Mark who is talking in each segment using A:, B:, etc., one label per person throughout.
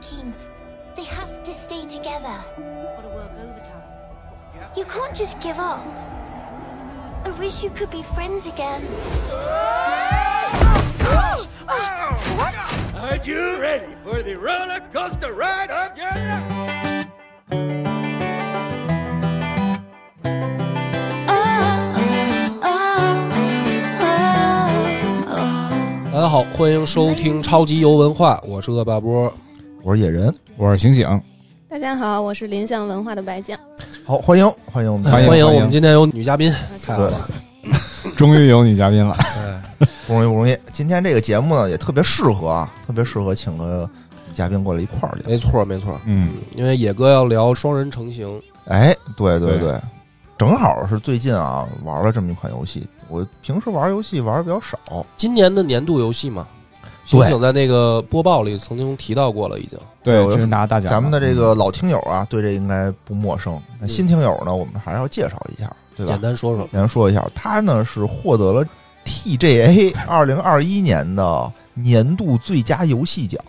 A: team. They have to stay together.
B: Gotta work overtime.
A: You can't just give up. I wish you could be friends again. What?
C: Are you ready for the roller coaster ride of your life?
A: Oh,
D: 大家好，欢迎收听超级游文化，我是恶霸波。
E: 我是野人，
F: 我是醒醒，
G: 大家好，我是林象文化的白酱。
E: 好欢迎哎欢迎我们啊
F: 欢迎
D: 欢迎我们今天有女嘉宾，
E: 太好了，
F: 终于有女嘉宾了。
E: 不容易不容易。今天这个节目呢也特别适合啊，特别适合请个女嘉宾过来一块儿聊。
D: 没错没错，
F: 嗯，
D: 因为野哥要聊双人成型，
E: 哎，对对
F: 对
E: 对，正好是最近啊玩了这么一款游戏，我平时玩游戏玩的比较少，
D: 今年的年度游戏嘛。
E: 对
D: 醒醒在那个播报里曾经提到过了，已经。
F: 对，
E: 我
F: 这是拿大奖了。嗯
E: 咱们的这个老听友啊对这应该不陌生，那新听友呢我们还是要介绍一下，对吧
D: 简？单说说，
E: 先说一下，他呢是获得了 TGA 二零二一年的年度最佳游戏奖。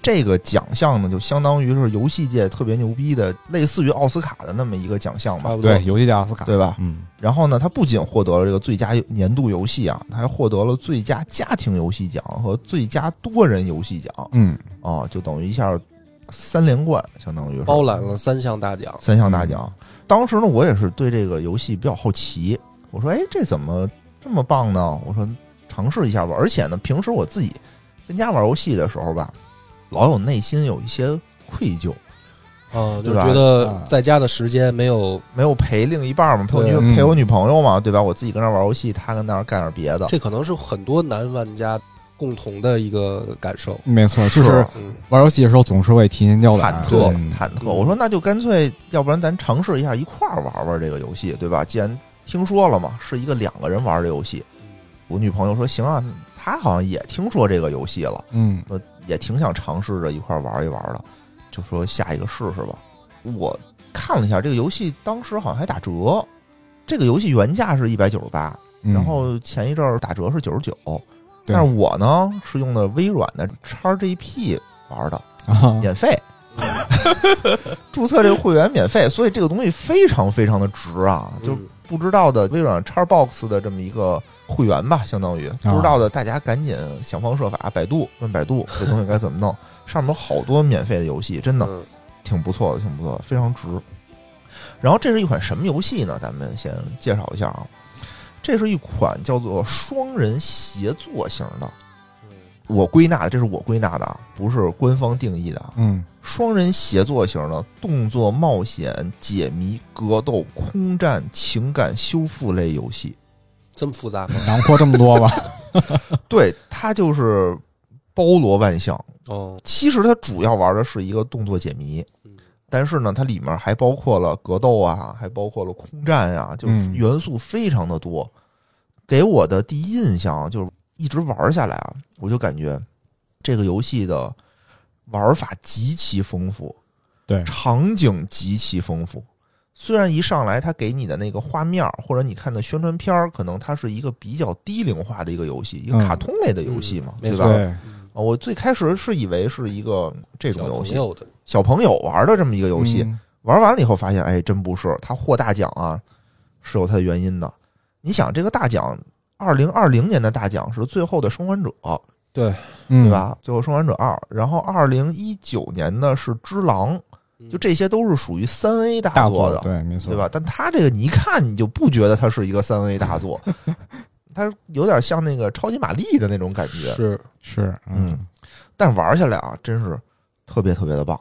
E: 这个奖项呢，就相当于是游戏界特别牛逼的，类似于奥斯卡的那么一个奖项
D: 差
E: 吧，
D: 不多。
F: 对游戏界奥斯卡，
E: 对啊吧？
F: 嗯，
E: 然后呢，他不仅获得了这个最佳年度游戏啊，他还获得了最佳家庭游戏奖和最佳多人游戏奖
F: 嗯
E: 啊，就等于一下三连冠，相当于是
D: 包揽了三项大奖。
E: 三项大奖。当时呢，我也是对这个游戏比较好奇，我说：“哎，这怎么这么棒呢？”我说：“尝试一下吧。”而且呢，平时我自己跟家玩游戏的时候吧，老有内心有一些愧疚，
D: 嗯，就
E: 对吧
D: 觉得
F: 啊
D: 在家的时间没有，
E: 没有陪另一半嘛，陪我
D: 对
E: 女
F: 嗯
E: 陪我女朋友嘛，对吧？我自己跟那玩游戏，她跟那儿干点别的。
D: 这可能是很多男玩家共同的一个感受。
F: 没错，就是
D: 嗯，
F: 玩游戏的时候总是会提心吊
E: 忐
F: 胆，
E: 忑
F: 嗯
E: 忐忑，我说那就干脆，要不然咱尝试一下一块儿玩玩这个游戏，对吧？既然听说了嘛，是一个两个人玩的游戏，我女朋友说行啊，她好像也听说这个游戏了，
F: 嗯，
E: 我也挺想尝试着一块儿玩一玩的，就说下一个试试吧。我看了一下这个游戏，当时好像还打折，这个游戏原价是一百九十八，
F: 嗯
E: 然后前一阵儿打折是九十九，
F: 对
E: 但是我呢是用的微软的 XGP 玩的，
F: 啊
E: 免费。注册这个会员免费，所以这个东西非常非常的值啊！就
D: 嗯
E: 不知道的微软 Xbox 的这么一个会员吧，相当
D: 啊
E: 于不知道的大家赶紧想方设法，百度问百度这东西该怎么弄，上面有好多免费的游戏，真的
D: 嗯
E: 挺不错的，挺不错的，非常值。然后这是一款什么游戏呢？咱们先介绍一下啊，这是一款叫做双人协作型的。
D: 嗯
E: 我归纳的，这是我归纳的啊，不是官方定义的啊。
F: 嗯，
E: 双人协作型的动作冒险、解谜、格斗、空战、情感修复类游戏。
D: 这么复杂吗？
F: 囊括这么多吧，
E: 对，它就是包罗万象。
D: 哦，嗯
E: 其实它主要玩的是一个动作解谜，但是呢，它里面还包括了格斗啊，还包括了空战啊，就是
F: 嗯
E: 元素非常的多。给我的第一印象就是一直玩下来啊，我就感觉这个游戏的玩法极其丰富，
F: 对，
E: 场景极其丰富。虽然一上来它给你的那个画面儿或者你看的宣传片儿，可能它是一个比较低龄化的一个游戏，一个
F: 嗯
E: 卡通类的游戏嘛，
D: 嗯
E: 对
D: 没
E: 吧？
D: 错
F: 对，
D: 嗯
E: 啊我最开始是以为是一个这种
D: 小
E: 游
D: 朋
E: 戏，
D: 友的，
E: 小朋友玩的这么一个游戏，
F: 嗯
E: 玩完了以后发现，哎，真不是，它获大奖啊，是有它的原因的。你想，这个大奖，二零二零年的大奖是《最后的生还者》，
F: 嗯
E: 对？吧？最后生还者二》，然后二零一九年的是《只狼》，
D: 嗯
E: 就这些都是属于三 A
F: 大
E: 大
F: 作
E: 作的，
F: 对，没错，
E: 对吧？？但它这个你一看你就不觉得它是一个三 A 大作，它有点像那个超级玛丽的那种感觉，
D: 是
F: 是，
E: 嗯，但玩下来啊，真是特别特别的棒。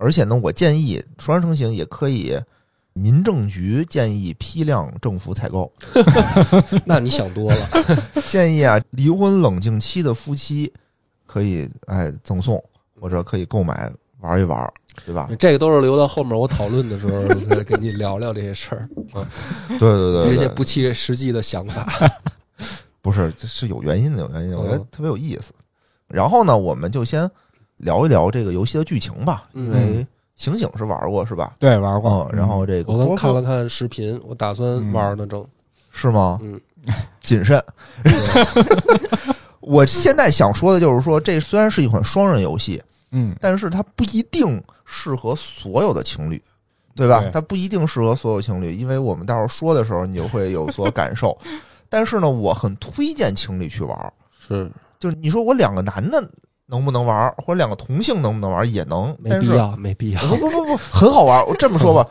E: 而且呢，我建议双人成行也可以，民政局建议批量政府采购，
D: 那你想多了。
E: 建议啊，离婚冷静期的夫妻可以哎赠送或者可以购买玩一玩，对吧？
D: 啊这个都是留到后面我讨论的时候再跟你聊聊这些事儿，
E: 对对对
D: 这
E: 对
D: 些
E: 对，
D: 不切实际的想法。
E: 不是这是有原因的，有原因的，我觉得
D: 嗯
E: 特别有意思。然后呢，我们就先聊一聊这个游戏的剧情吧，
D: 嗯
E: 因为醒醒是玩过是吧？
F: 对，玩
E: 嗯
F: 过，，
E: 然后这个
D: 哦我刚
E: 波
D: 看
E: 哥
D: 了看视频，我打算玩呢，正
E: 是吗？
D: 嗯，
E: 谨 慎。我现在想说的就是说，这虽然是一款双人游戏，
F: 嗯，
E: 但是它不一定适合所有的情侣，对吧？
F: 对
E: 它不一定适合所有情侣，因为我们待会儿说的时候你就会有所感受。但是呢，我很推荐情侣去玩儿，
D: 是
E: 就是你说我两个男的能不能玩儿，或者两个同性能不能玩儿也能，
D: 没
E: 但
D: 必
E: 是哎
D: 要，没必要。
E: 不不不不，很好玩儿。我这么说 吧，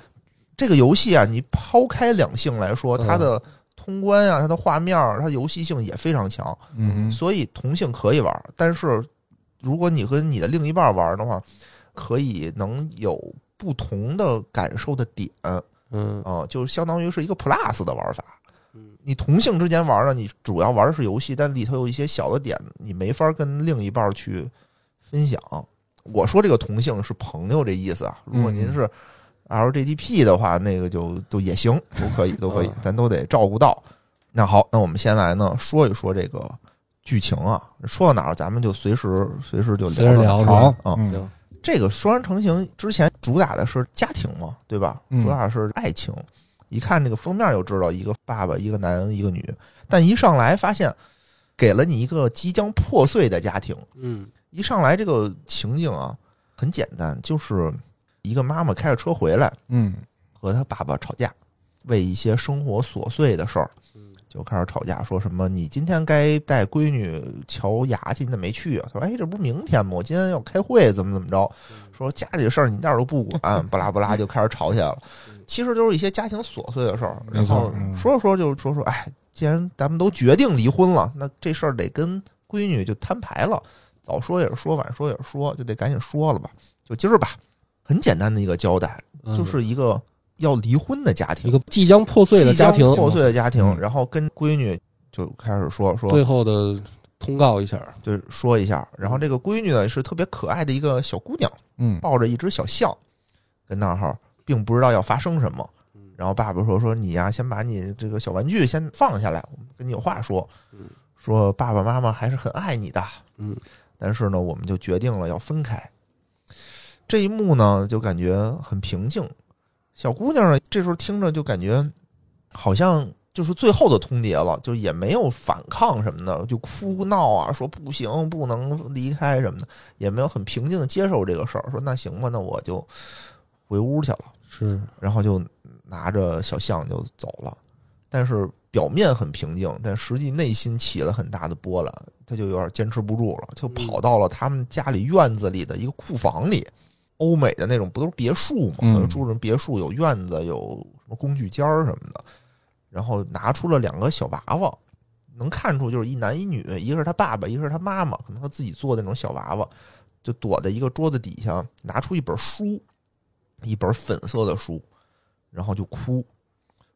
E: 这个游戏啊，你抛开两性来说，
D: 嗯
E: 它的通关啊，它的画面儿，它的游戏性也非常强，
F: 嗯
E: 所以同性可以玩儿。但是如果你和你的另一半玩儿的话，可以能有不同的感受的点啊、
D: 嗯
E: 就相当于是一个 plus 的玩法。
D: 嗯
E: 你同性之间玩呢，你主要玩的是游戏，但里头有一些小的点，你没法跟另一半去分享。我说这个同性是朋友这意思啊，
D: 嗯
E: 如果您是 LGDP 的话，那个就都也行，都可以，都可以
D: 嗯，
E: 咱都得照顾到。那好，那我们先来呢说一说这个剧情啊，说到哪儿咱们就随时随时就
D: 随时
E: 聊到哪儿
D: 聊
F: 好
E: 啊，
F: 嗯
D: 行，
E: 这个《双人成行》之前主打的是家庭嘛，对吧？
F: 嗯
E: 主打的是爱情。一看这个封面就知道，一个爸爸，一个男人，一个女。但一上来发现，给了你一个即将破碎的家庭。
D: 嗯
E: 一上来这个情景啊，很简单，就是一个妈妈开着车回来，
F: 嗯
E: 和她爸爸吵架，为一些生活琐碎的事儿就开始吵架，说什么你今天该带闺女瞧牙去，你怎么没去啊？他说，哎，这不是明天吗？我今天要开会，怎么怎么着？说家里的事儿你一点儿都不管，巴拉巴拉就开始吵起来了。其实都是一些家庭琐碎的事儿，
F: 没
E: 然
F: 错
E: 后
F: 嗯
E: 说着说着就说说，哎，既然咱们都决定离婚了，那这事儿得跟闺女就摊牌了，早说也是说，晚说也是说，就得赶紧说了吧，就今儿吧。很简单的一个交代，
D: 嗯
E: 就是一个要离婚的家庭，
D: 一个即将破碎的家庭，
E: 即将破碎的家庭，
F: 嗯
E: 然后跟闺女就开始说说，
D: 嗯最后的通告一下，
E: 就说一下。然后这个闺女呢是特别可爱的一个小姑娘，
F: 嗯
E: 抱着一只小象，跟那儿哈，并不知道要发生什么
D: 嗯。
E: 然后爸爸说说你呀、先把你这个小玩具先放下来，我们跟你有话说
D: 嗯。
E: 说爸爸妈妈还是很爱你的，
D: 嗯，
E: 但是呢，我们就决定了要分开。这一幕呢，就感觉很平静。小姑娘呢，这时候听着就感觉好像就是最后的通牒了，就也没有反抗什么的，就哭闹啊，说不行，不能离开什么的，也没有很平静的接受这个事儿，说那行吧，那我就回屋去了，
D: 是
E: 然后就拿着小象就走了，但是表面很平静，但实际内心起了很大的波澜，他就有点坚持不住了，就跑到了他们家里院子里的一个库房里。欧美的那种不都是别墅嘛，
F: 嗯
E: 都是住着别墅，有院子，有什么工具间儿什么的。然后拿出了两个小娃娃，能看出就是一男一女，一个是他爸爸，一个是他妈妈，可能他自己做的那种小娃娃，就躲在一个桌子底下，拿出一本书，一本粉色的书，然后就哭，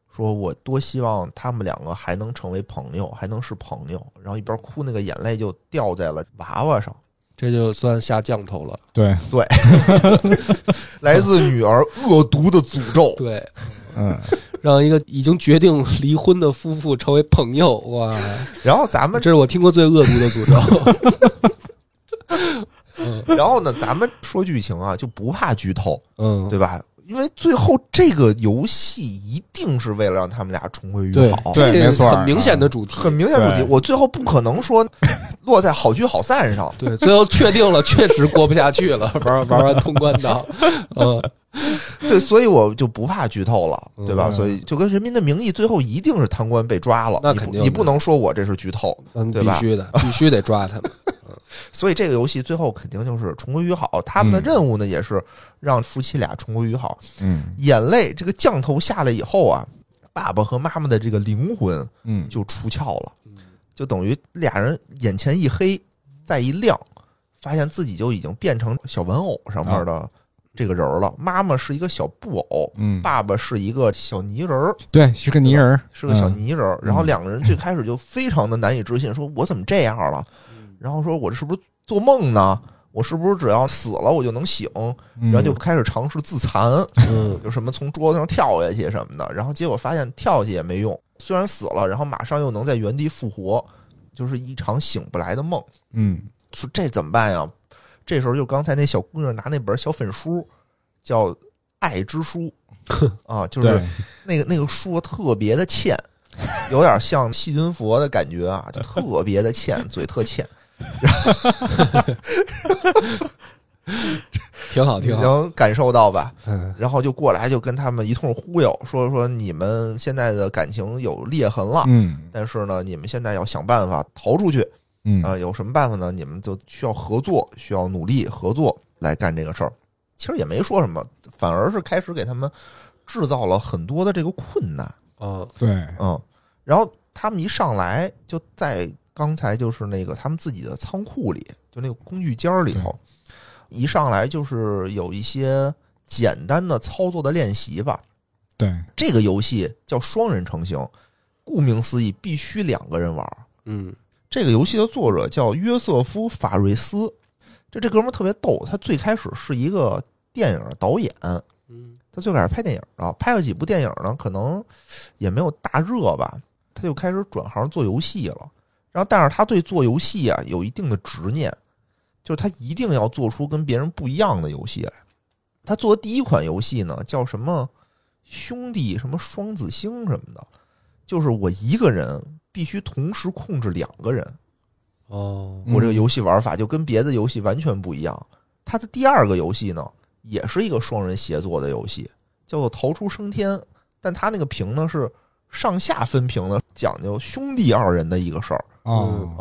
E: 说我多希望他们两个还能成为朋友，还能是朋友。然后一边哭，那个眼泪就掉在了娃娃上，
D: 这就算下降头了。
F: 对
E: 来自女儿恶毒的诅咒。
D: 对，
F: 嗯
D: 让一个已经决定离婚的夫妇成为朋友，哇，
E: 然后咱们
D: 这是我听过最恶毒的诅咒。 嗯
E: 然后呢，咱们说剧情啊，就不怕剧透，
D: 嗯，
E: 对吧？因为最后这个游戏一定是为了让他们俩重回
D: 对
E: 于好，
F: 对
D: 这
F: 没错
D: 很明显的主题。
E: 很明显主题。
F: 对
E: 我最后不可能说 落在好聚好 散上，
D: 对，最后确定了，确实过不下去 了，玩玩完通关的，嗯，
E: 对，所以我就不怕剧透了，对吧？
F: 嗯
E: 所以就跟《人民的名义》最后一定是贪官被抓了，
D: 那
E: 你不
D: 肯定的
E: 你不能说我这是剧透，
D: 嗯
E: 对
D: 必
E: 吧
D: 须的，必须得抓他们。
E: 所以这个游戏最后肯定就是重归于好。他们的
F: 嗯
E: 任务呢，也是让夫妻俩重归于好。
F: 嗯
E: 眼泪这个降头下来以后啊，爸爸和妈妈的这个灵魂
F: 嗯，
E: 就出窍了，就等于俩人眼前一黑，再一亮，发现自己就已经变成小玩偶上面的这个人儿了。妈妈是一个小布偶，
F: 啊嗯，
E: 爸爸是一个小泥人儿，
F: 对，是个泥人儿，
E: 是个小
F: 嗯
E: 泥人儿。然后两个人最开始就非常的难以置 信，说我怎么这样了？
F: 嗯
E: 然后说我这是不是做梦呢？我是不是只要死了我就能醒？
F: 嗯
E: 然后就开始尝试自残，
D: 嗯，
E: 就什么从桌子上跳下去什么的，然后结果发现跳下去也没用，虽然死了，然后马上又能在原地复活，就是一场醒不来的梦。
F: 嗯
E: 说这怎么办呀？这时候就刚才那小姑娘拿那本小粉书，叫《爱之书》啊，就是
F: 对
E: 那个那个书特别的欠，有点像细菌佛的感觉啊，就特别的欠，嘴特欠。
D: 挺好，啊挺好。
E: 能感受到吧？
D: 嗯，
E: 然后就过来就跟他们一通忽悠，说说你们现在的感情有裂痕了，
F: 嗯
E: 但是呢，你们现在要想办法逃出去
F: 嗯
E: 啊、呃有什么办法呢？你们就需要合作，需要努力合作来干这个事儿。其实也没说什么，反而是开始给他们制造了很多的这个困难。
D: 嗯，
F: 对，
E: 嗯，然后他们一上来就在刚才就是那个他们自己的仓库里，就那个工具间儿里
F: 嗯
E: 头，一上来就是有一些简单的操作的练习吧。
F: 对，
E: 这个游戏叫双人成型，顾名思义，必须两个人玩儿。
D: 嗯，
E: 这个游戏的作者叫约瑟夫·法瑞斯，这这哥们儿特别逗，他最开始是一个电影的导演，
D: 嗯，
E: 他最开始拍电影啊，拍了几部电影呢，可能也没有大热吧，他就开始转行做游戏了。然后，但是他对做游戏啊有一定的执念，就是他一定要做出跟别人不一样的游戏来。他做的第一款游戏呢，叫什么兄弟什么双子星什么的，就是我一个人必须同时控制两个人，
D: 哦，
F: 嗯
E: 我这个游戏玩法就跟别的游戏完全不一样。它的第二个游戏呢，也是一个双人协作的游戏，叫做《逃出升天》，但它那个屏呢是上下分屏的，讲究兄弟二人的一个事儿
F: 啊，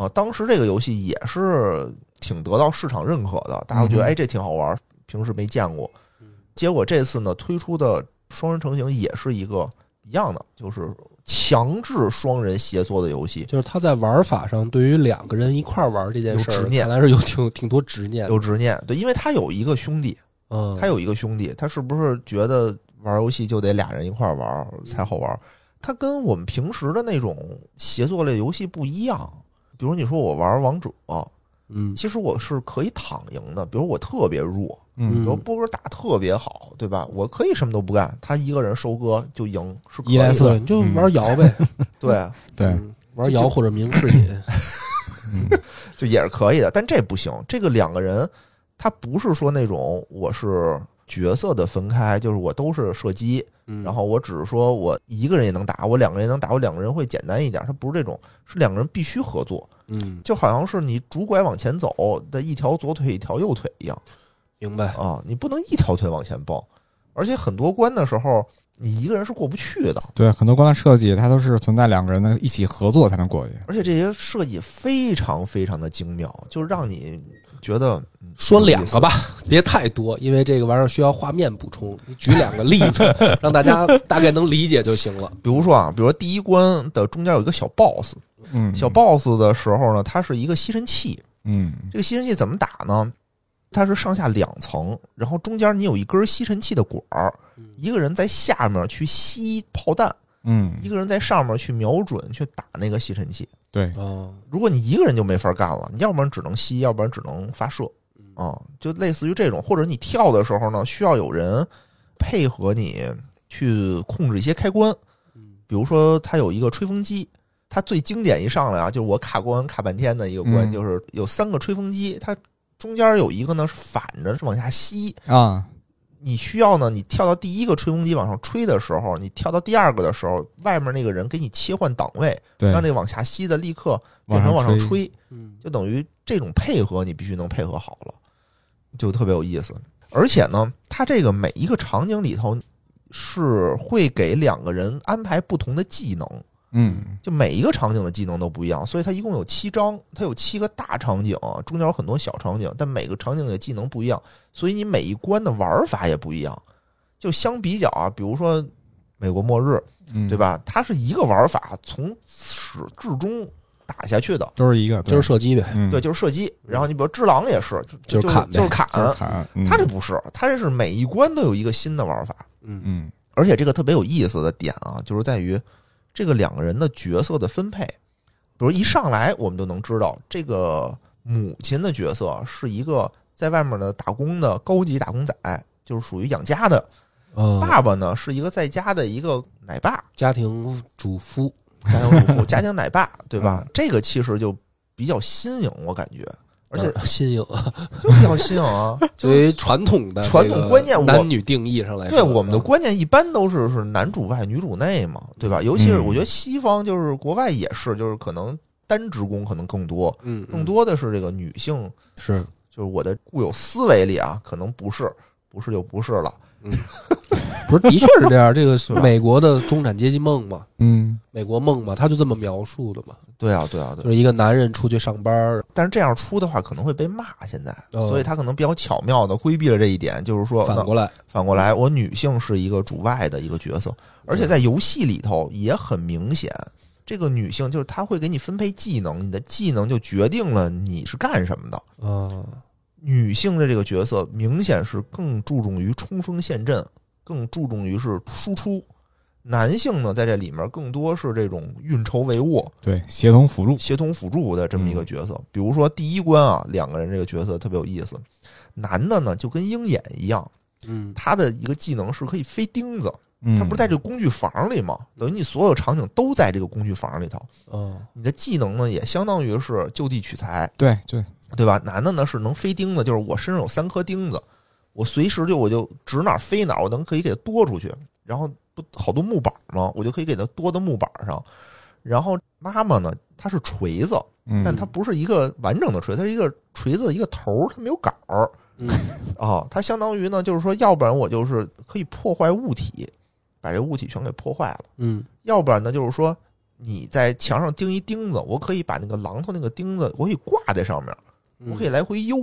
E: 啊。当时这个游戏也是挺得到市场认可的，大家觉得
F: 嗯
E: 哎这挺好玩，平时没见过。结果这次呢推出的双人成型也是一个一样的，就是强制双人协作的游戏，
D: 就是他在玩法上对于两个人一块儿玩这件事
E: 有执
D: 儿，
E: 念
D: 看来是有挺挺多执念的。
E: 有执念。对，因为它有一个兄弟，
D: 嗯，
E: 他有一个兄弟，他是不是觉得玩游戏就得俩人一块儿玩儿
D: 嗯
E: 才好玩儿？他跟我们平时的那种协作类游戏不一样。比如你说我玩王者，
D: 嗯
E: 其实我是可以躺赢的。比如我特别弱，比
F: 嗯，
E: 如波哥打特别好，对吧？我可以什么都不干，他一个人收割就赢，是可以嗯
D: 一来
E: 的。
D: 四，你就玩摇呗，
E: 对，
F: 对，
D: 嗯玩摇或者明视 瘾，
E: 就也是可以的。但这不行，这个两个人他不是说那种我是角色的分开，就是我都是射击，
D: 嗯
E: 然后我只是说我一个人也能打，我两个人也能打，我两个人会简单一点。它不是这种，是两个人必须合作，
D: 嗯，
E: 就好像是你拄拐往前走的一条左腿一条右腿一样
D: 明白。
E: 啊，你不能一条腿往前蹦，而且很多关的时候你一个人是过不去的，
F: 对，很多关的设计它都是存在两个人的一起合作才能过去。
E: 而且这些设计非常非常的精妙，就让你觉得嗯
D: 说两个吧，别太多，因为这个玩意儿需要画面补充。你举两个例 子，让大家大概能理解就行了。
E: 比如说啊，比如说第一关的中间有一个小 boss，
F: 嗯，
E: 小 boss 的时候呢，它是一个吸尘器，
F: 嗯
E: 这个吸尘器怎么打呢？它是上下两层，然后中间你有一根吸尘器的管儿，
D: 嗯
E: 一个人在下面去吸炮弹，一
F: 嗯，
E: 个人在上面去瞄准去打那个吸尘器。
F: 对，
D: 哦，
E: 如果你一个人就没法干了，你要不然只能吸，要不然只能发射，
D: 嗯
E: 啊、就类似于这种。或者你跳的时候呢，需要有人配合你去控制一些开关，
D: 嗯
E: 比如说它有一个吹风机，它最经典一上来啊，就是我卡关卡半天的一个关，
F: 嗯
E: 就是有三个吹风机，它中间有一个呢是反着是往下吸，
F: 啊，
E: 你需要呢，你跳到第一个吹风机往上吹的时候，你跳到第二个的时候，外面那个人给你切换档位，
F: 对
E: 让，那个往下吸的立刻变成往上
F: 上，
E: 吹，
D: 嗯
E: 就等于这种配合你必须能配合好了，就特别有意思。而且呢，它这个每一个场景里头是会给两个人安排不同的技能，
F: 嗯
E: 就每一个场景的技能都不一样，所以它一共有七章，它有七个大场景，中间有很多小场景，但每个场景的技能不一样，所以你每一关的玩法也不一样。就相比较啊，比如说《美国末日》，
F: 嗯，
E: 对？吧？它是一个玩法从始至终打下去的，
F: 都是一个，
D: 就是射击呗。
F: 嗯，
E: 对，就是射击。然后你比如《只狼》也是，
D: 就
E: 就是
D: 砍呗
E: 就是砍。
F: 就是砍，嗯
E: 它这不是，它这是每一关都有一个新的玩法，
D: 嗯
F: 嗯
E: 而且这个特别有意思的点啊，就是在于这个两个人的角色的分配。比如一上来我们就能知道，这个母亲的角色是一个在外面的打工的高级打工仔，就是属于养家的；
D: 嗯，
E: 爸爸呢是一个在家的一个奶爸，
D: 家庭主夫，
E: 家庭主 妇、家庭奶爸，对吧？
D: 嗯
E: 这个其实就比较新颖，我感觉，而且
D: 嗯新 颖，
E: 就比较新颖啊，就
D: 作
E: 是
D: 为传统的
E: 传统
D: 这个
E: 观念我
D: 男女定义上来说，啊
E: 对我们的观念一般都是是男主外女主内嘛，对吧？尤其是
F: 嗯
E: 我觉得西方就是国外也是，就是可能单职工可能更多，
D: 嗯，嗯
E: 更多的是这个女性
D: 是
E: 就是我的固有思维里啊，可能不是，不是就不是了。
D: 不是，的确是这样。 这个是
E: 对吧
D: 美国的中产阶级梦嘛，
F: 嗯，
D: 美国梦嘛，他就这么描述的嘛，
E: 对啊，对啊，
D: 就
E: 对。哦
D: 是一个男人出去上班儿，
E: 但是这样出的话可能会被骂，现在，
D: 哦
E: 所以他可能比较巧妙的规避了这一点，就是说，嗯
D: 反
E: 那
D: 过来，
E: 反过来，我女性是一个主外的一个角色，而且在游戏里头也很明显，这个女性就是她会给你分配技能，你的技能就决定了你是干什么的。
D: 嗯，
E: 女性的这个角色明显是更注重于冲锋陷阵，更注重于是输出。男性呢，在这里面更多是这种运筹帷幄、
F: 对，协同辅助，
E: 协同辅助的这么一个角色。比如说第一关啊，两个人这个角色特别有意思。男的呢，就跟鹰眼一样，
D: 嗯，
E: 他的一个技能是可以飞钉子，
F: 嗯，
E: 它不是在这个工具房里吗？等于你所有场景都在这个工具房里头。
D: 哦，
E: 你的技能呢，也相当于是就地取材，
F: 对对，
E: 对吧？男的呢是能飞钉子，就是我身上有三颗钉子，我随时就我就指哪儿飞哪儿，我能可以给它多出去。然后不好多木板吗？我就可以给它多到木板上。然后妈妈呢，她是锤子，
F: 嗯，
E: 但它不是一个完整的锤，它是一个锤子的一个头儿，它没有杆儿。
D: 嗯
E: 啊，它相当于呢，就是说，要不然我就是可以破坏物体，把这物体全给破坏了；
D: 嗯，
E: 要不然呢，就是说你在墙上钉一钉子，我可以把那个榔头那个钉子，我可以挂在上面，
D: 嗯
E: 我可以，来回悠。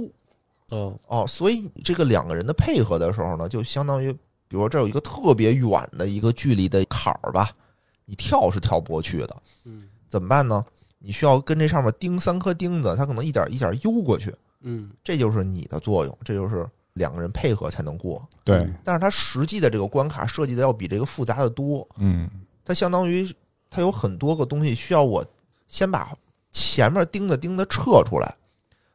D: 哦，
E: 哦，所以这个两个人的配合的时候呢，就相当于，比如说这有一个特别远的一个距离的坎儿吧，你跳是跳不过去的，
D: 嗯
E: 怎么办呢？你需要跟这上面钉三颗钉子，它可能一点一点悠过去，
D: 嗯，
E: 这就是你的作用，这就是两个人配合才能过。
F: 对，
E: 但是它实际的这个关卡设计的要比这个复杂的多，
F: 嗯，
E: 它相当于它有很多个东西需要我先把前面钉的钉子撤出来，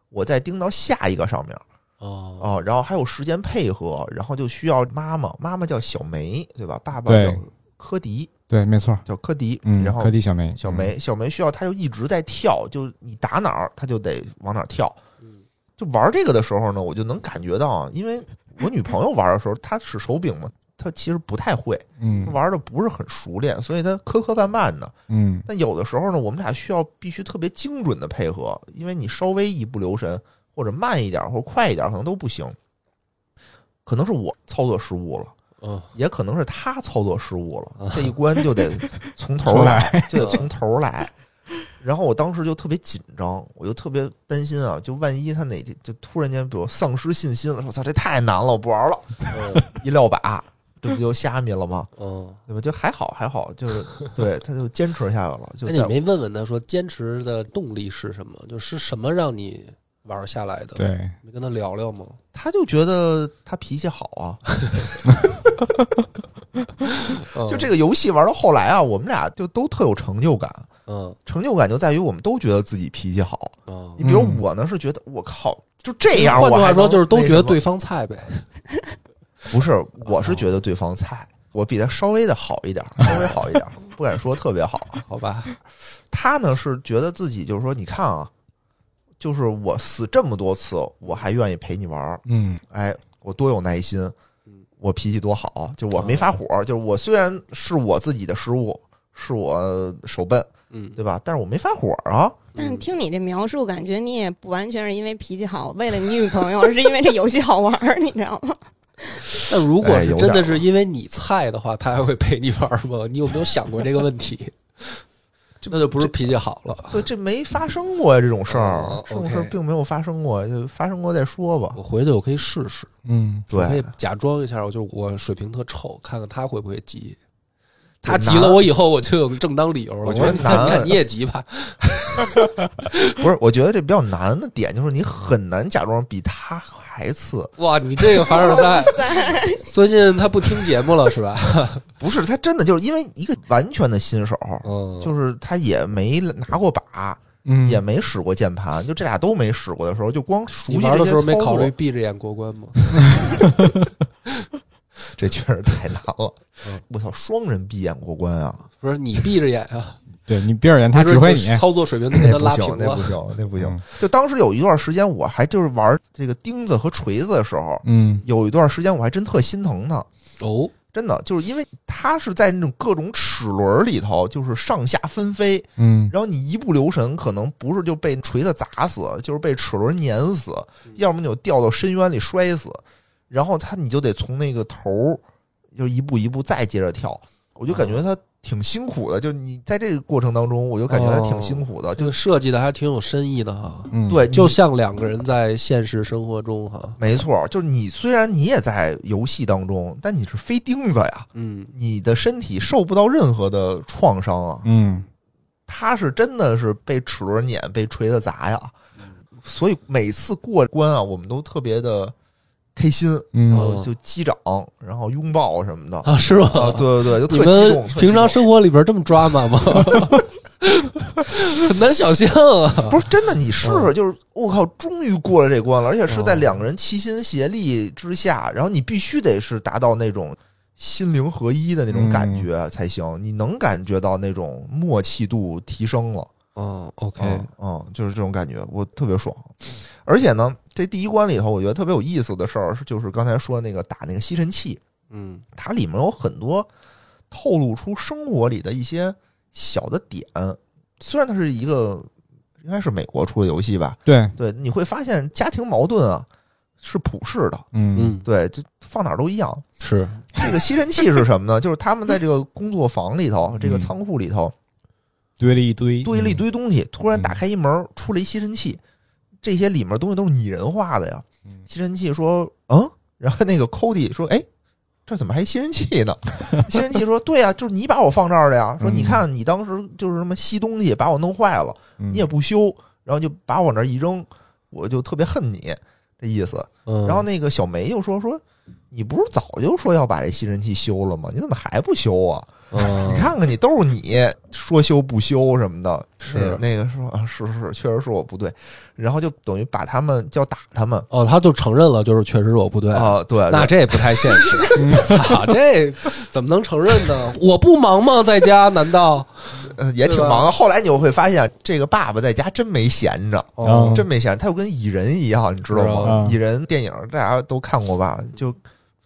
E: 我再钉到下一个上面。
D: 哦，
E: 哦，然后还有时间配合，然后就需要妈妈，妈妈叫小梅，对吧？爸爸
F: 对
E: 叫科迪，
F: 对，没错，
E: 叫科迪。
F: 嗯，
E: 然后
F: 科迪小梅，
E: 小梅，小梅需要，她就一直在跳，就你打哪儿，她就得往哪儿跳。
D: 嗯
E: 就玩这个的时候呢，我就能感觉到啊，因为我女朋友玩的时候，她使手柄嘛，她其实不太会，
F: 嗯，嗯，
E: 玩的不是很熟练，所以她磕磕绊绊的。
F: 嗯，
E: 但有的时候呢，我们俩需要必须特别精准的配合，因为你稍微一不留神，或者慢一点，或者快一点，可能都不行。可能是我操作失误了，
D: 哦，
E: 也可能是他操作失误了
D: 啊，
E: 这一关 就得从头来，就得从头来。然后我当时就特别紧张，我就特别担心啊，就万一他哪天就突然间，比如丧失信心了，说操这太难了，我不玩了，一撂把， 这不就虾米了吗？
D: 哦，
E: 对吧？就还好，还好，就是对，他就坚持下来了。就
D: 哎，
E: 在
D: 你没问问他说坚持的动力是什么？就是什么让你玩下来的？，
E: 呃
F: 对，
D: 没跟他聊聊吗？
E: 他就觉得他脾气好啊。就这
D: 个，
E: 个游戏玩到后来啊，我们俩就都特有成就感。
D: 嗯，
E: 成就感就在于我们都觉得自己脾气好。
D: 哦
E: 你比如
F: 嗯
E: 我呢，是觉得我靠，就这样，
D: 换
E: 我
D: 句话
E: 还
D: 说，
E: 能
D: 就是都
E: 那
D: 觉得
E: 什么
D: 对啊方菜呗。
E: 不是，我是觉得对方菜，我比他稍微的好一点，稍微好一点， 不敢说特别好。
D: 好 吧，
E: 他呢是觉得自己就是说，你看啊，就是我死这么多次，我还愿意陪你玩儿。
F: 嗯，
E: 哎，我多有耐心
D: 嗯，
E: 我脾气多好，啊就我没发火，就是我虽然是我自己的失误，是我手笨，
D: 嗯，
E: 对吧？但是我没发火啊，
G: 但听你这描述，感觉你也不完全是因为脾气好，为了你女朋友，而是因为这游戏好玩儿，你知道吗？
D: 但如果
E: 哎
D: 是
E: 有
D: 真的
E: 点
D: 是
E: 儿
D: 因为你菜的话，他还会陪你玩吗？你有没有想过这个问题？ 那就不是脾气好 了。
E: 对，这没发生过呀，这种事儿
D: 哦，
E: 这种事儿
D: OK
E: 并没有发生过，就发生过再说吧
D: 我。回去我可以试试，
F: 嗯，
D: 我可以
E: 对，
D: 假装一下，我就是我水平特臭，看看他会不会急。他
E: 我
D: 急了，
E: 拿
D: 我以后我就有正当理由了。
E: 我觉得
D: 你看，
E: 难
D: 你看你也急吧？
E: 不是，我觉得这比较难的点就是你很难假装比他还次，
D: 哇，你这 个凡尔赛，最近他不听节目了是 吧？
E: 不是他真的就是因为一个完全的新手，
D: 嗯，
E: 就是他也没拿过把，
F: 嗯，
E: 也没使过键盘，就这俩都没使过的时候，就光熟
D: 你
E: 悉
D: 玩的
E: 这些
D: 时候没
E: 操
D: 考
E: 作
D: 虑闭着眼过关吗？
E: 这确实太难了
D: 嗯。
E: 我操，双人闭眼过关啊！
D: 不是你闭着眼啊，
F: 对你闭着眼，他指挥你，
D: 操作水平就给
E: 那
D: 他
E: 不
D: 拉
E: 行
D: 平，
E: 那不
D: 了。
E: 行，那不行
F: 嗯。
E: 就当时有一段时间，我还就是玩这个钉子和锤子的时候，
F: 嗯
E: 有一段时间我还真特心疼他。
D: 哦，
E: 真的就是因为它是在那种各种齿轮里头，就是上下纷飞，
F: 嗯，
E: 然后你一不留神，可能不是就被锤子砸死，就是被齿轮碾死，要么你就掉到深渊里摔死，然后它你就得从那个头儿就一步一步再接着跳，我就感觉它挺辛苦的，就你在这个过程当中，我就感觉它挺辛苦的，
D: 这
E: 就
D: 个设计的还挺有深意的哈。
F: 嗯，
E: 对，
D: 就
E: 你
D: 像两个人在现实生活中哈，
E: 没错，就是你虽然你也在游戏当中，但你是飞钉子呀，
D: 嗯，
E: 你的身体受不到任何的创伤啊，
F: 嗯，
E: 他是真的是被齿轮碾、被锤子砸呀，所以每次过关啊，我们都特别的开心，
F: 嗯
E: 然后就击掌，然后拥抱什么的
D: 啊，是吗？
E: 啊，对对对，就
D: 你
E: 特激
D: 们
E: 动。特激动
D: 平常生活里边这么抓马吗？ 很难想象啊！
E: 不是真的，你试试，就是我靠，终于过了这关了，而且是在
D: 嗯
E: 两个人齐心协力之下，然后你必须得是达到那种心灵合一的那种感
D: 嗯
E: 觉才行，你能感觉到那种默契度提升了。
D: 嗯，OK，
E: 嗯嗯，就是这种感觉，我特别爽。而且呢，这第一关里头，我觉得特别有意思的事儿是，就是刚才说那个打那个吸尘器，
D: 嗯
E: 它里面有很多透露出生活里的一些小的点。虽然它是一个应该是美国出的游戏吧，
F: 对，嗯
E: 对，你会发现家庭矛盾啊是普世的，
F: 嗯
D: 嗯，
E: 对，就放哪儿都一样。
D: 是
E: 这个吸尘器是什么呢？就是他们在这个工作房里头，这个
F: 嗯
E: 仓库里头，
F: 堆了一堆，
E: 堆了一堆东西，突然打开一门儿，出来一吸尘器，这些里面东西都是拟人化的呀
F: 嗯。
E: 吸尘器说：“嗯。”然后那个 Cody 说：“哎，这怎么还吸尘器呢？” 吸尘器说：“对呀、就是你把我放这儿的呀。说
F: 嗯
E: 你看你当时就是什么吸东西把我弄坏了，
F: 嗯，
E: 你也不修，然后就把我那儿一扔，我就特别恨你这意思。”
D: 嗯，
E: 然后那个小梅就说：“说你不是早就说要把这吸尘器修了吗？你怎么还不修啊？”
D: 嗯
E: 你看看你都是你说修不修什么的，
D: 是
E: 那那个说啊是是是，确实是我不对，然后就等于把他们叫打他们
D: 哦，他就承认了，就是确实我不对。
E: 啊、对，
D: 那
E: 对
D: 这也不太现 实，嗯操，这怎么能承认呢？我不忙吗？在家难道？
E: 呃也挺
D: 对吧
E: 忙的。后来你就会发现，这个爸爸在家真没闲着，
D: 哦
F: 嗯
E: 真没闲着，他就跟蚁人一样，你知道
D: 知
E: 吗
F: 道？
E: 蚁人电影大家都看过吧？就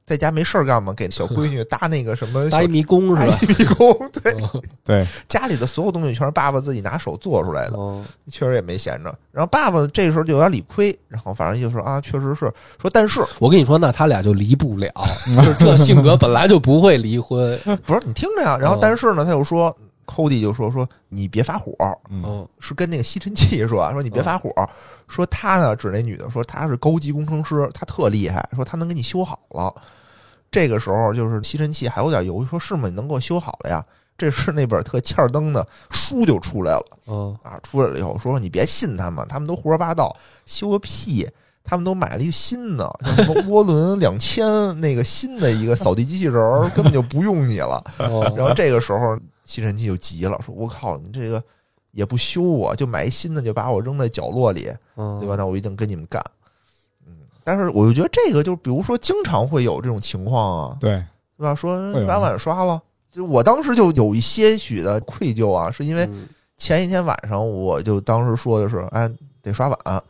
E: 在家没事儿干嘛，给小闺女搭那个什么小
D: 搭一迷宫
E: 搭
D: 是吧？哦
E: 一迷宫，对，
F: 对，
E: 家里的所有东西全是爸爸自己拿手做出来的。
D: 嗯
E: 确实也没闲着。然后爸爸这时候就有点理亏，然后反正就说啊，确实是说，但是
D: 我跟你说，那他俩就离不了，就是这性格本来就不会离婚。
E: 不是你听着呀？然后
D: 嗯
E: 但是呢，他又说，Cody 就说说你别发火，
F: 嗯
D: 嗯
E: 是跟那个吸尘器说啊，说你别发火，说他呢指那女的说她是高级工程师，她特厉害，说她能给你修好了。这个时候就是吸尘器还有点犹豫，说是吗？你能给我修好了呀？这是那本特欠儿登的书就出来了。
D: 嗯
E: 啊，出来了以后说你别信他们，他们都胡说八道，修个屁！他们都买了一个新的，像什么涡轮两千那个新的一个扫地机器人儿，根本就不用你了。
D: 哦，
E: 然后这个时候吸尘器就急了，说：“我靠，你这个也不修我，就买一新的，就把我扔在角落里，
D: 嗯
E: 对吧？？那我一定跟你们干。”嗯，但是我就觉得这个，就比如说经常会有这种情况啊，
F: 对，
E: 对吧？说
F: 会
E: 你
F: 有
E: 把碗刷了，就我当时就有一些许的愧疚啊，是因为
D: 嗯
E: 前一天晚上我就当时说的是，哎，得刷碗，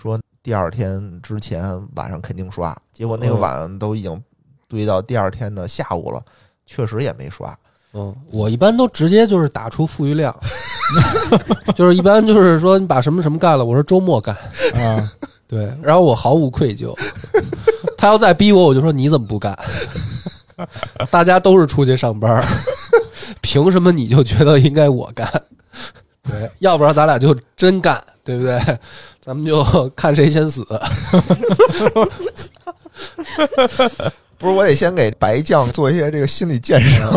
E: 说第二天之前晚上肯定刷。结果那个
D: 嗯
E: 碗都已经堆到第二天的下午了，确实也没刷。
D: 嗯，我一般都直接就是打出富余量， 就是一般就是说你把什么什么干了，我说周末干，
F: 啊，
D: 对，然后我毫无愧疚。他要再逼我，我就说你怎么不干？大家都是出去上班儿，凭什么你就觉得应该我干？对，要不然咱俩就真干，对不对？咱们就看谁先死。啊
E: 不是，我得先给白酱做一些这个心理建设。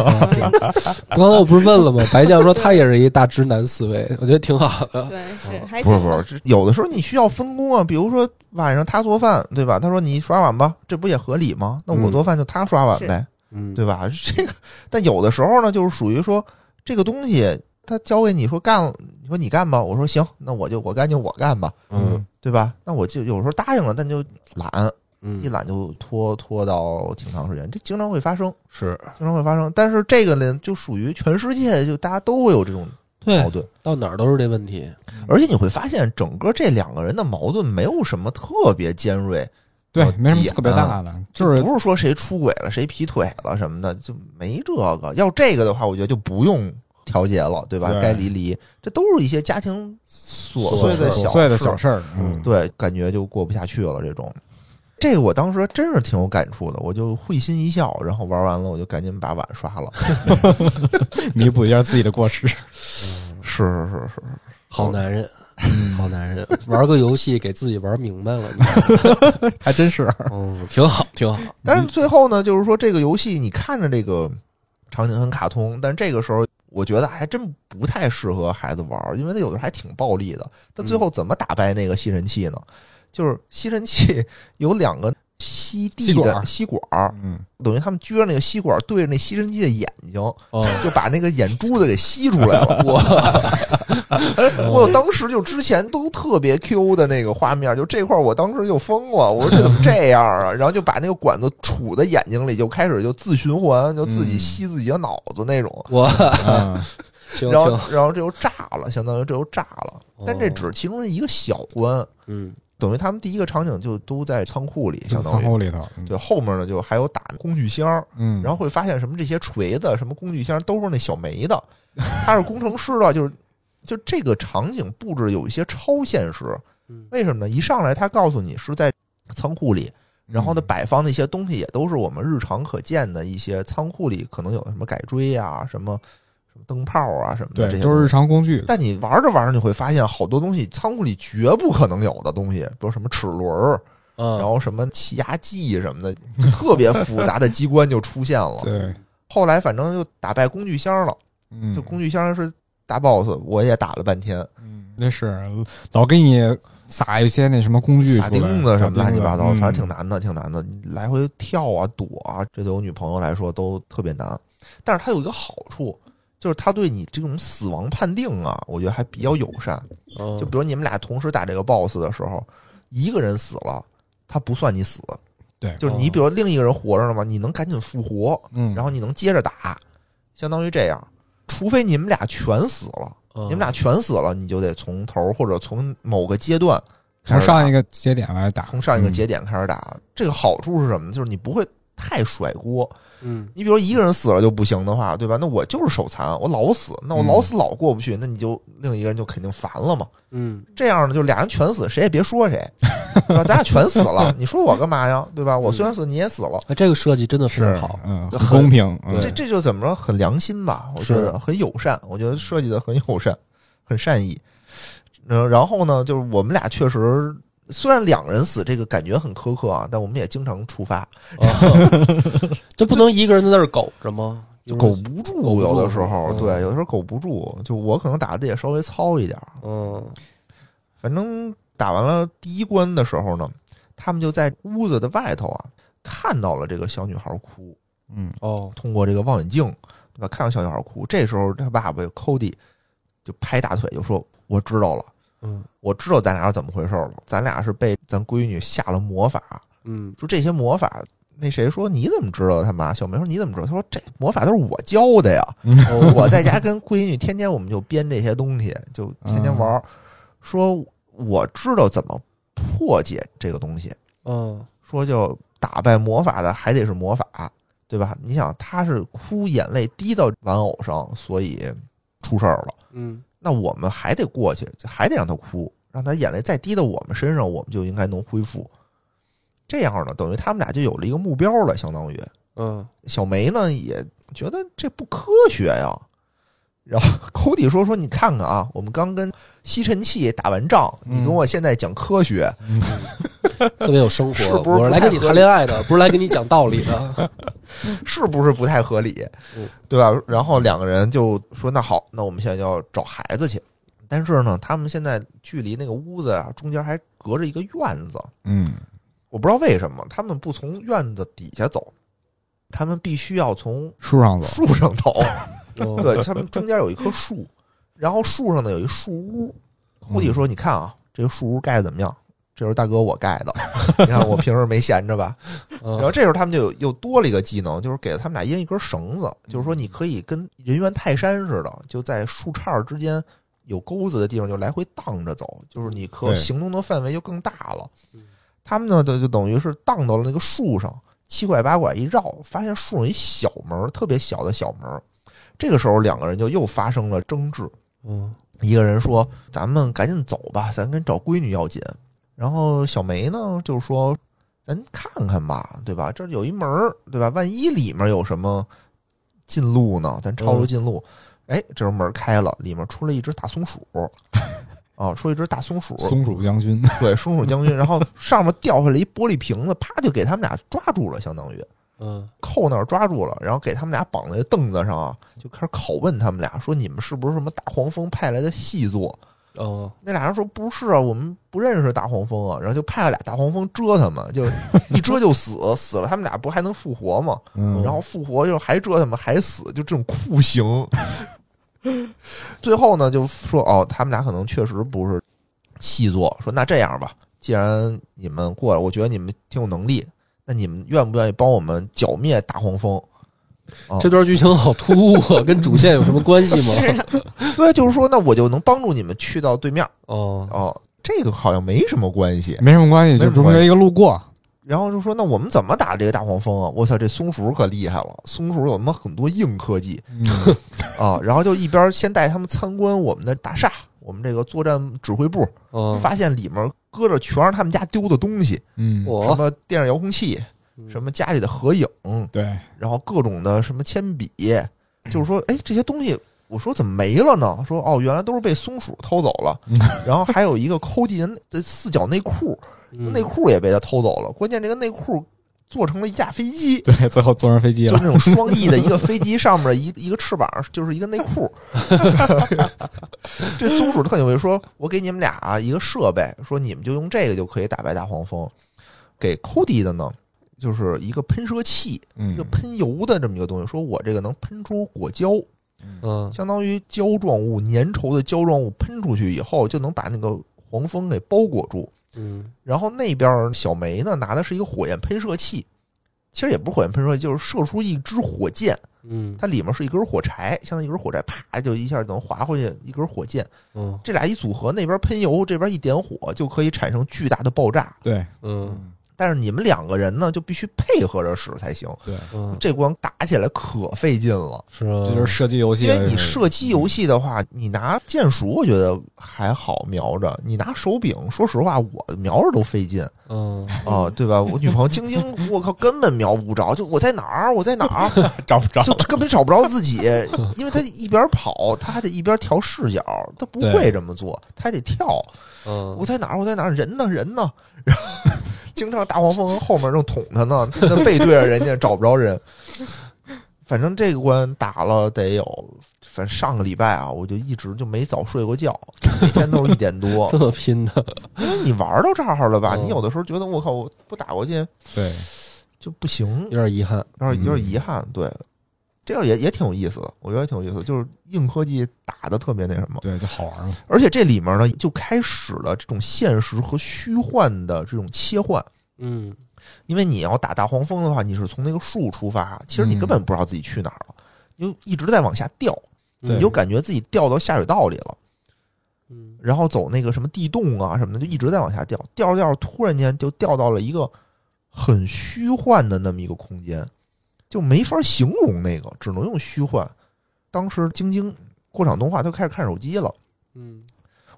D: 刚才我不是问了吗？白酱说他也是一大直男思维，我觉得挺好的。
G: 对，是还
E: 不
G: 行
E: 是
G: 吧。
E: 哦不是，这有的时候你需要分工啊，比如说晚上他做饭，对吧？他说你刷碗吧，这不也合理吗？那我
D: 嗯
E: 做饭就他刷碗
G: 是
E: 呗。
D: 嗯，
E: 对吧？ 这个，但有的时候呢，就是属于说这个东西，他交给你说干了，你说你干吧，我说行，那我就我干就我干吧，
D: 嗯
E: 对吧？那我就有时候答应了，但就懒，一
D: 嗯，
E: 懒就拖拖到挺长时间，这经常会发生，
D: 是
E: 经常会发生。但是这个呢，就属于全世界就大家都会有这种
D: 对
E: 矛，盾，
D: 到哪儿都是这问题。
E: 而且你会发现整个这两个人的矛盾没有什么特别尖锐。
F: 对，没什么
E: 点
F: 特别大的，就是
E: 啊不是说谁出轨了、谁劈腿了什么的，就没这个。要这个的话，我觉得就不用调节了，对吧？
F: 对
E: 该离离，这都是一些家庭琐碎的
F: 琐
E: 小
F: 碎的
E: 事
F: 小事儿，嗯，
E: 对，感觉就过不下去了。这种，这个我当时真是挺有感触的，我就会心一笑，然后玩完了我就赶紧把碗刷了。
F: 嗯弥补一下自己的 过失。
E: 是是是是，
D: 好男人，好男人，玩个游戏给自己玩明白了，
F: 还真是，
E: 啊
D: 嗯，挺好，挺好。
E: 但
F: 嗯
E: 是最后呢，就是说这个游戏你看着这个场景很卡通，但这个时候我觉得还真不太适合孩子玩儿，因为它有的时候还挺暴力的。但
F: 嗯
E: 最后怎么打败那个吸尘器呢？就是吸尘器有两个吸地
F: 吸管
E: 的
F: 儿
E: 吸管儿，
F: 嗯，
E: 等于他们撅着那个吸管儿对着那吸尘器的眼睛，
D: 哦，
E: 就把那个眼珠子给吸出来了。我 我当时就之前都特别 Q 的那个画面，就这块儿我当时就疯了，我说这怎么这样啊？ 然后就把那个管子杵在眼睛里，就开始就自循环，就自己
F: 嗯
E: 吸自己的脑子那种。
D: 我
F: 啊
D: 挺
E: 然后
D: 挺，，
E: 然后这就炸了，相当于这就炸了。但这只是其中的一个小关，
D: 嗯，
E: 等于他们第一个场景就都在仓库里，
F: 就
E: 相当
F: 藏
E: 于
F: 后里头，嗯
E: 对后面呢就还有打工具箱儿，
F: 嗯，
E: 然后会发现什么这些锤子、什么工具箱都是那小梅的， 他是工程师的，就是就这个场景布置有一些超现实
D: 嗯。
E: 为什么呢？一上来他告诉你是在仓库里，然后呢
F: 嗯
E: 摆放那些东西也都是我们日常可见的一些仓库里可能有什么改锥啊、什么什么灯泡啊什么的
F: 对
E: 这些，
F: 都
E: 东
F: 是
E: 西
F: 日常工具，
E: 但你玩着玩着，你会发现好多东西仓库里绝不可能有的东西，比如什么齿轮儿，
D: 然
F: 嗯
E: 然后什么气压计什么的，就特别复杂的机关就出现了。
F: 对，
E: 后来反正就打败工具箱了，
F: 嗯，
E: 就工具箱是大 boss，我也打了半天，
F: 嗯，那是老给你撒一些那什么工具
E: 撒
F: 出来
E: 钉子什么乱七八糟，
F: 嗯
E: 反正挺难的，挺难的，你来回跳啊、躲啊，这对我女朋友来说都特别难。但是它有一个好处，就是它对你这种死亡判定啊，我觉得还比较友善。
D: 后
E: 就比如你们俩同时打这个 boss 的时候，一个人死了，他不算你死。
F: 对
E: 就是你比如另一个人活着了嘛，你能赶紧复活，
F: 嗯，
E: 然后你能接着打，相当于这样。除非你们俩全死了，
D: 嗯哦
E: 你们俩全死了，你就得从头或者从某个阶段开
F: 从
E: 始打
F: 上一个节点来打，
E: 从上一个节
F: 嗯
E: 点开始打。这个好处是什么？就是你不会太甩锅。
D: 嗯
E: 你比如一个人死了就不行的话，对吧？那我就是手残，我老死，那我
F: 嗯
E: 老死老过不去，那你就另一个人就肯定烦了嘛。
D: 嗯
E: 这样呢，就俩人全死，谁也别说谁，对吧？咱俩全死 了，你说我干嘛呀？对吧？我虽然死，你也死了，
D: 哎，这个设计真的非常
F: 是
D: 好，
F: 嗯，
E: 很
F: 很公平，嗯
E: 这这就怎么着，很良心吧？我觉得很友善，我觉得设计的很友善，很善意。嗯，然后呢，就是我们俩确实。虽然两人死这个感觉很苛刻啊，但我们也经常触发，
D: 哦 这不能一个人在那儿苟着吗？
E: 就
D: 有
E: 苟
D: 人苟
E: 不住，
D: 不住
E: 有的时候，
D: 嗯
E: 对，有的时候苟不住，就我可能打的也稍微糙一点儿，
D: 嗯
E: 反正打完了第一关的时候呢，他们就在屋子的外头啊，看到了这个小女孩哭，
F: 嗯，
D: 哦
E: 通过这个望远镜，对吧？看到小女孩哭，这时候他爸爸 Cody 就拍大腿就说：“我知道了，
D: 嗯
E: 我知道咱俩是怎么回事了，咱俩是被咱闺女下了魔法，
D: 嗯
E: 说这些魔法。”那谁说你怎么知道他妈？小梅说你怎么知道？他说这魔法都是我教的呀，
D: 哦
E: 我在家跟闺女天天我们就编这些东西，就天天玩儿。说我知道怎么破解这个东西，
D: 嗯
E: 说就打败魔法的还得是魔法，对吧？你想，他是哭眼泪滴到玩偶上，所以出事儿了。
D: 嗯
E: 那我们还得过去，还得让他哭，让他眼泪再滴到我们身上，我们就应该能恢复。这样呢，等于他们俩就有了一个目标了，相当于。
D: 嗯
E: 小梅呢也觉得这不科学呀。然后 口底说说你看看啊，我们刚跟吸尘器打完仗，你跟我现在讲科学，
D: 特别有生活，
E: 是不
D: 我
E: 是不
D: 是来
E: 太
D: 跟你
E: 合
D: 谈
E: 理
D: 恋爱的，不是来跟你讲道理 的。
E: 是不是不太合理
D: 嗯？
E: 对吧？然后两个人就说那好，那我们现在就要找孩子去。但是呢，他们现在距离那个屋子啊中间还隔着一个院子，
F: 嗯，
E: 我不知道为什么他们不从院子底下走，他们必须要从
F: 树上走，
E: 树上走。
D: 哦
E: 对，他们中间有一棵树，然后树上呢有一树屋。库里说：“你看啊，这个树屋盖的怎么样？这是大哥我盖的，你看我平时没闲着吧？”然后
D: 嗯
E: 这时候他们就有又多了一个技能，就是给了他们俩一人一根绳子，
D: 嗯
E: 就是说你可以跟人猿泰山似的，就在树杈儿之间有钩子的地方就来回荡着走，就是你可
F: 对
E: 行动的范围就更大了
D: 嗯。
E: 他们呢就就等于是荡到了那个树上，七拐八拐一绕，发现树上有一小门儿，特别小的小门儿。这个时候两个人就又发生了争执，
D: 嗯
E: 一个人说：“咱们赶紧走吧，咱跟找闺女要紧。”然后小梅呢，就是说：“咱看看吧，对吧？这儿有一门儿，对吧？万一里面有什么近路呢？咱抄着近路。哎，这时候门开了，里面出来一只大松鼠，啊，出来一只大松鼠，
F: 嗯松鼠将军，
E: 对，松鼠将军。然后上面掉下来一玻璃瓶子，啪就给他们俩抓住了，相当于。
D: 嗯
E: 扣那儿抓住了，然后给他们俩绑在凳子上啊，就开始拷问他们俩，说你们是不是什么大黄蜂派来的细作？
D: 哦，
E: 那俩人说不是啊，我们不认识大黄蜂啊，然后就派了俩大黄蜂蛰他们，就一蛰就死，死了他们俩不还能复活吗？
F: 嗯，
E: 然后复活就还蛰他们还死，就这种酷刑。最后呢，就说哦，他们俩可能确实不是细作，说那这样吧，既然你们过来，我觉得你们挺有能力，那你们愿不愿意帮我们剿灭大黄蜂？ 哦
D: 这段剧情好突兀啊，跟主线有什么关系吗？
E: 对，就是说，那我就能帮助你们去到对面。
D: 哦，
E: 哦，这个好像没什么关系。
F: 没什么关系，
E: 没
F: 就
E: 什么
F: 中
E: 关系
F: 间一个路过，
E: 然后就说：“那我们怎么打这个大黄蜂啊？我操，这松鼠可厉害了！松鼠有我们很多硬科技
F: 嗯
E: 啊。”然后就一边先带他们参观我们的大厦，我们这个作战指挥部，
D: 哦，
E: 发现里面搁着全是他们家丢的东西，
F: 嗯，
E: 什
D: 我
E: 么电视遥控器，什么家里的合影，
F: 对，
E: 然后各种的什么铅笔，就是说，哎，这些东西，我说怎么没了呢？说哦，原来都是被松鼠偷走了
F: 嗯。
E: 然后还有一个抠地人的四角内裤，
D: 嗯
E: 内裤也被他偷走了。关键这个内裤做成了一架飞机，
F: 对，最后坐上飞机
E: 就
F: 了
E: 是，那种双翼的一个飞机上面一一个翅膀就是一个内裤。这松鼠特警卫说：“我给你们俩啊一个设备，说你们就用这个就可以打败大黄蜂。”给 Cody 的呢，就是一个喷射器，一
F: 嗯
E: 个喷油的这么一个东西。说我这个能喷出果胶，
D: 嗯
E: 相当于胶状物粘稠的胶状物喷出去以后，就能把那个黄蜂给包裹住。
D: 嗯
E: 然后那边儿小梅呢拿的是一个火焰喷射器，其实也不是火焰喷射器，就是射出一支火箭，
D: 嗯
E: 它里面是一根火柴，像一根火柴，啪就一下就能划回去一根火箭。
D: 嗯
E: 这俩一组合，那边喷油，这边一点火，就可以产生巨大的爆炸。
F: 对，
D: 嗯
E: 但是你们两个人呢，就必须配合着使才行。
F: 对，
D: 嗯，
E: 这光打起来可费劲了，
D: 是啊，
F: 这就是射击游戏
E: 因
F: 了，
E: 为你
F: 嗯这是
E: 射击游戏的话，你拿剑鼠我觉得还好瞄着，你拿手柄，说实话我瞄着都费劲。
D: 嗯
E: 啊，对吧？我女朋友晶晶，我靠，根本瞄不着，就我在哪儿，我在哪儿，
F: 找不着，
E: 就根本找不着自己，因为她一边跑，她还得一边调视角，她不
F: 对
E: 会这么做，她还得跳，
D: 嗯
E: 我，在哪儿，我在哪儿，人呢，人呢， 然后经常大黄蜂后面正捅她呢，那背对着人家找不着人，反正这个关打了得有，反正上个礼拜啊，我就一直就没早睡过觉，每天都是一点 多
D: 这，么拼的，
E: 因为你玩到这儿了吧，
D: 嗯
E: 你有的时候觉得我靠，我不打过去。
F: 对，
E: 就不行
D: 有，点遗憾。
E: 有点有点
F: 嗯
E: 遗憾。对，这样也也挺有意思的，我觉得也挺有意思的，就是硬科技打的特别那什么，
F: 对，就好 玩嘛，
E: 而且这里面呢就开始了这种现实和虚幻的这种切换。
D: 嗯
E: 因为你要打大黄蜂的话，你是从那个树出发，其实你
F: 嗯
E: 根本不知道自己去哪儿了，你就一直在往下掉，
D: 对
E: 你就感觉自己掉到下水道里了，
D: 嗯
E: 然后走那个什么地洞啊什么的，就一直在往下掉，掉着掉着，突然间就掉到了一个很虚幻的那么一个空间，就没法形容那个，只能用虚幻。当时晶晶过场动画都开始看手机了，
D: 嗯，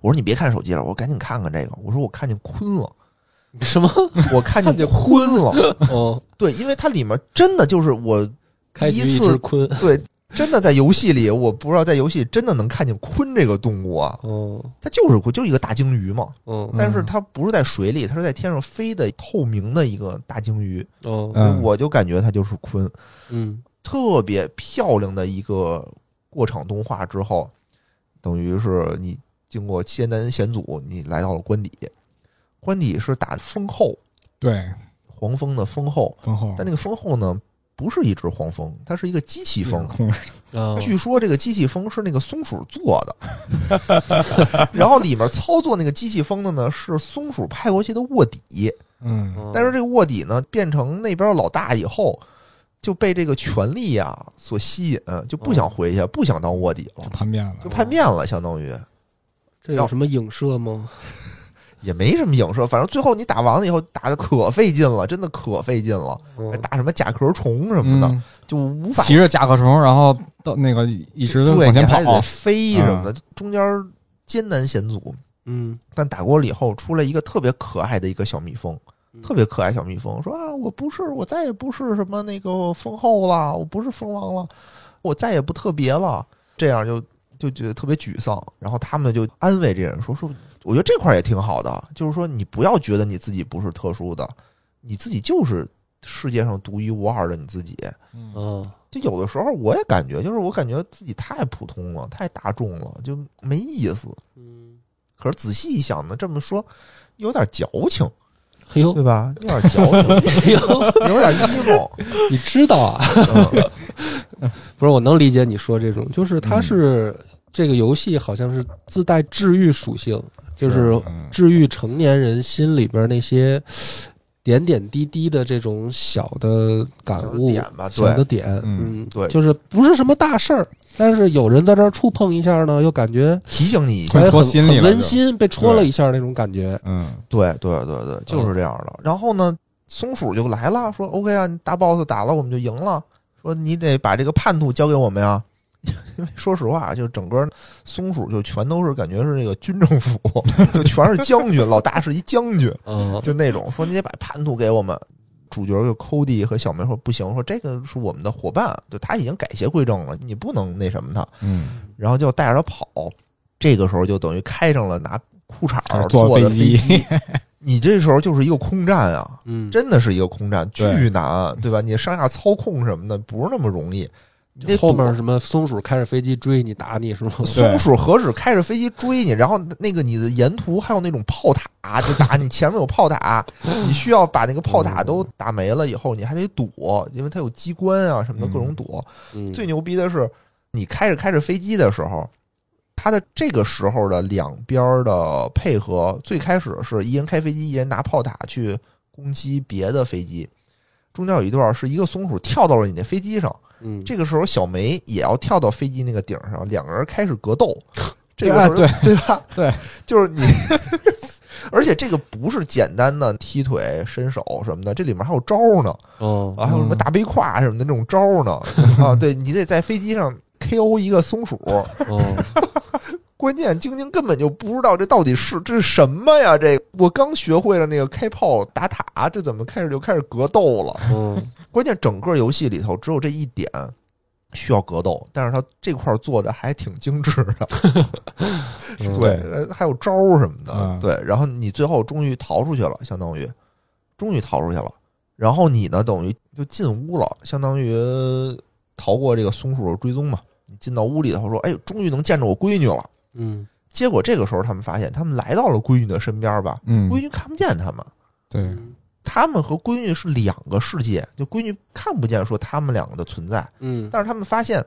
E: 我说你别看手机了，我说赶紧看看这个，我说我看见鲲 了，
D: 什么？
E: 我看见
D: 看见
E: 鲲了，
D: 哦，
E: 对，因为它里面真的就是我
D: 开
E: 第
D: 局
E: 一
D: 只
E: 次
D: 鲲。
E: 对。真的在游戏里，我不知道在游戏里真的能看见鲲这个动物啊，
D: 哦
E: 它就是鲲就是一个大鲸鱼嘛，
D: 哦
E: 但是它不是在水里，它是在天上飞的透明的一个大鲸鱼，
D: 哦
F: 嗯，
E: 我就感觉它就是鲲，
D: 嗯
E: 特别漂亮的一个过场动画之后，等于是你经过艰难险阻，你来到了关底，关底是打风后
F: 对，
E: 黄蜂的蜂后，
F: 然后
E: 但那个蜂后呢不是一只黄蜂，它是一个机器 蜂，哦
F: 控制，
D: 啊，
E: 据说这个机器蜂是那个松鼠做的， 然后里面操作那个机器蜂的呢是松鼠派过去的卧底，
F: 嗯，
D: 哦
E: 但是这个卧底呢变成那边老大以后，就被这个权力啊所吸引，就不
F: 嗯
E: 想回去，不想当卧底了
F: 就，叛变了
E: 就，叛变了，相当于
D: 这有什么影射吗？
E: 也没什么影射，反正最后你打完了以后打的可费劲了，真的可费劲了，
D: 哦
E: 还打什么甲壳虫什么的，
F: 嗯
E: 就无法
F: 骑着甲壳虫，然后到那个一直
E: 对，
F: 往前
E: 你还得
F: 跑，嗯
E: 飞什么的，中间艰难险阻。
D: 嗯，
E: 但打过了以后，出来一个特别可爱的一个小蜜蜂，
D: 嗯
E: 特别可爱小蜜蜂说啊，我不是，我再也不是什么那个蜂后了，我不是蜂王了，我再也不特别了，这样就就觉得特别沮丧。然后他们就安慰这人说说，我觉得这块儿也挺好的，就是说你不要觉得你自己不是特殊的，你自己就是世界上独一无二的你自己。
D: 嗯
E: 就有的时候我也感觉，就是我感觉自己太普通了，太大众了，就没意思。
D: 嗯，
E: 可是仔细一想呢，这么说有点矫情，
D: 嘿呦
E: 对吧？有点矫情，
D: 嘿呦，
E: 有 点 emo。
D: 你知道啊？
E: 嗯
D: 不是，我能理解你说这种，就是它是、这个游戏好像是自带治愈属性，就是
F: 嗯
D: 治愈成年人心里边那些点点滴滴的这种小的感
E: 小的
D: 悟、
E: 点啊吧对
D: 小的点，
F: 嗯
D: 嗯，
E: 对
D: 就是不是什么大事儿，但是有人在这儿触碰一下呢，又感觉
E: 提醒你一下，
F: 被
D: 哎
F: 戳
D: 很
F: 心里
D: 很
F: 了
D: 温
F: 就
D: 馨，被戳了一下那种感觉。
F: 嗯
E: 对对对对，就是这样的。然后呢，松鼠就来了，说 OK 啊，你大 boss 打了我们就赢了，说你得把这个叛徒交给我们呀。 因为说实话，啊就整个松鼠就全都是感觉是那个军政府， 就全是将军，老大是一将军。
D: 嗯
E: 就那种说你得把叛徒给我们。主角就抠地和小梅说不行，说这个是我们的伙伴，就他已经改邪归正了，你不能那什么他。
F: 嗯，
E: 然后就带着他跑，这个时候就等于开上了拿裤衩儿
F: 啊坐
E: 嗯坐的
F: 飞
E: 飞
F: 机
E: 机。你这时候就是一个空战啊，
D: 嗯，
E: 真的是一个空战，
F: 对
E: 巨难，对吧？你上下操控什么的不是那么容易。你得
D: 后
E: 躲
D: 面什么松鼠开着飞机追你打你是吗？
E: 松鼠何止开着飞机追你，然后那个你的沿途还有那种炮塔，就打你 前面有炮塔，你需要把那个炮塔都打没了以后，你还得躲，因为它有机关啊什么的
F: 嗯
E: 各种躲。
D: 嗯
E: 最牛逼的是，你开着开着飞机的时候，它的这个时候的两边的配合，最开始是一人开飞机，一人拿炮塔去攻击别的飞机。中间有一段是一个松鼠跳到了你那飞机上，
D: 嗯
E: 这个时候，小梅也要跳到飞机那个顶上，两个人开始格 斗。这
F: 对啊
E: 个时候
F: 对
E: 对吧？
F: 对，
E: 就是你，而且这个不是简单的踢腿、伸手什么的，这里面还有招呢，
D: 哦
E: 啊，还有什么
F: 嗯
E: 大背胯什么的那种招呢啊！对你得在飞机上 KO 一个松鼠，
D: 哦，
E: 关键晶晶根本就不知道这到底是这是什么呀？这我刚学会了那个开炮打塔，这怎么开始就开始格斗了？
D: 嗯
E: 关键整个游戏里头只有这一点需要格斗，但是它这块儿做的还挺精致的，
D: 嗯
E: 对，呃还有招儿什么的，
F: 嗯
E: 对。然后你最后终于逃出去了，相当于终于逃出去了。然后你呢，等于就进屋了，相当于逃过这个松鼠的追踪嘛。你进到屋里头说：“哎，终于能见着我闺女了。
D: 嗯”
E: 结果这个时候，他们发现他们来到了闺女的身边吧，
F: 嗯
E: 闺，女看不见他们，
F: 对，
E: 嗯
D: 嗯
E: 他们和闺女是两个世界，就闺女看不见说他们两个的存在，
D: 嗯
E: 但是他们发现，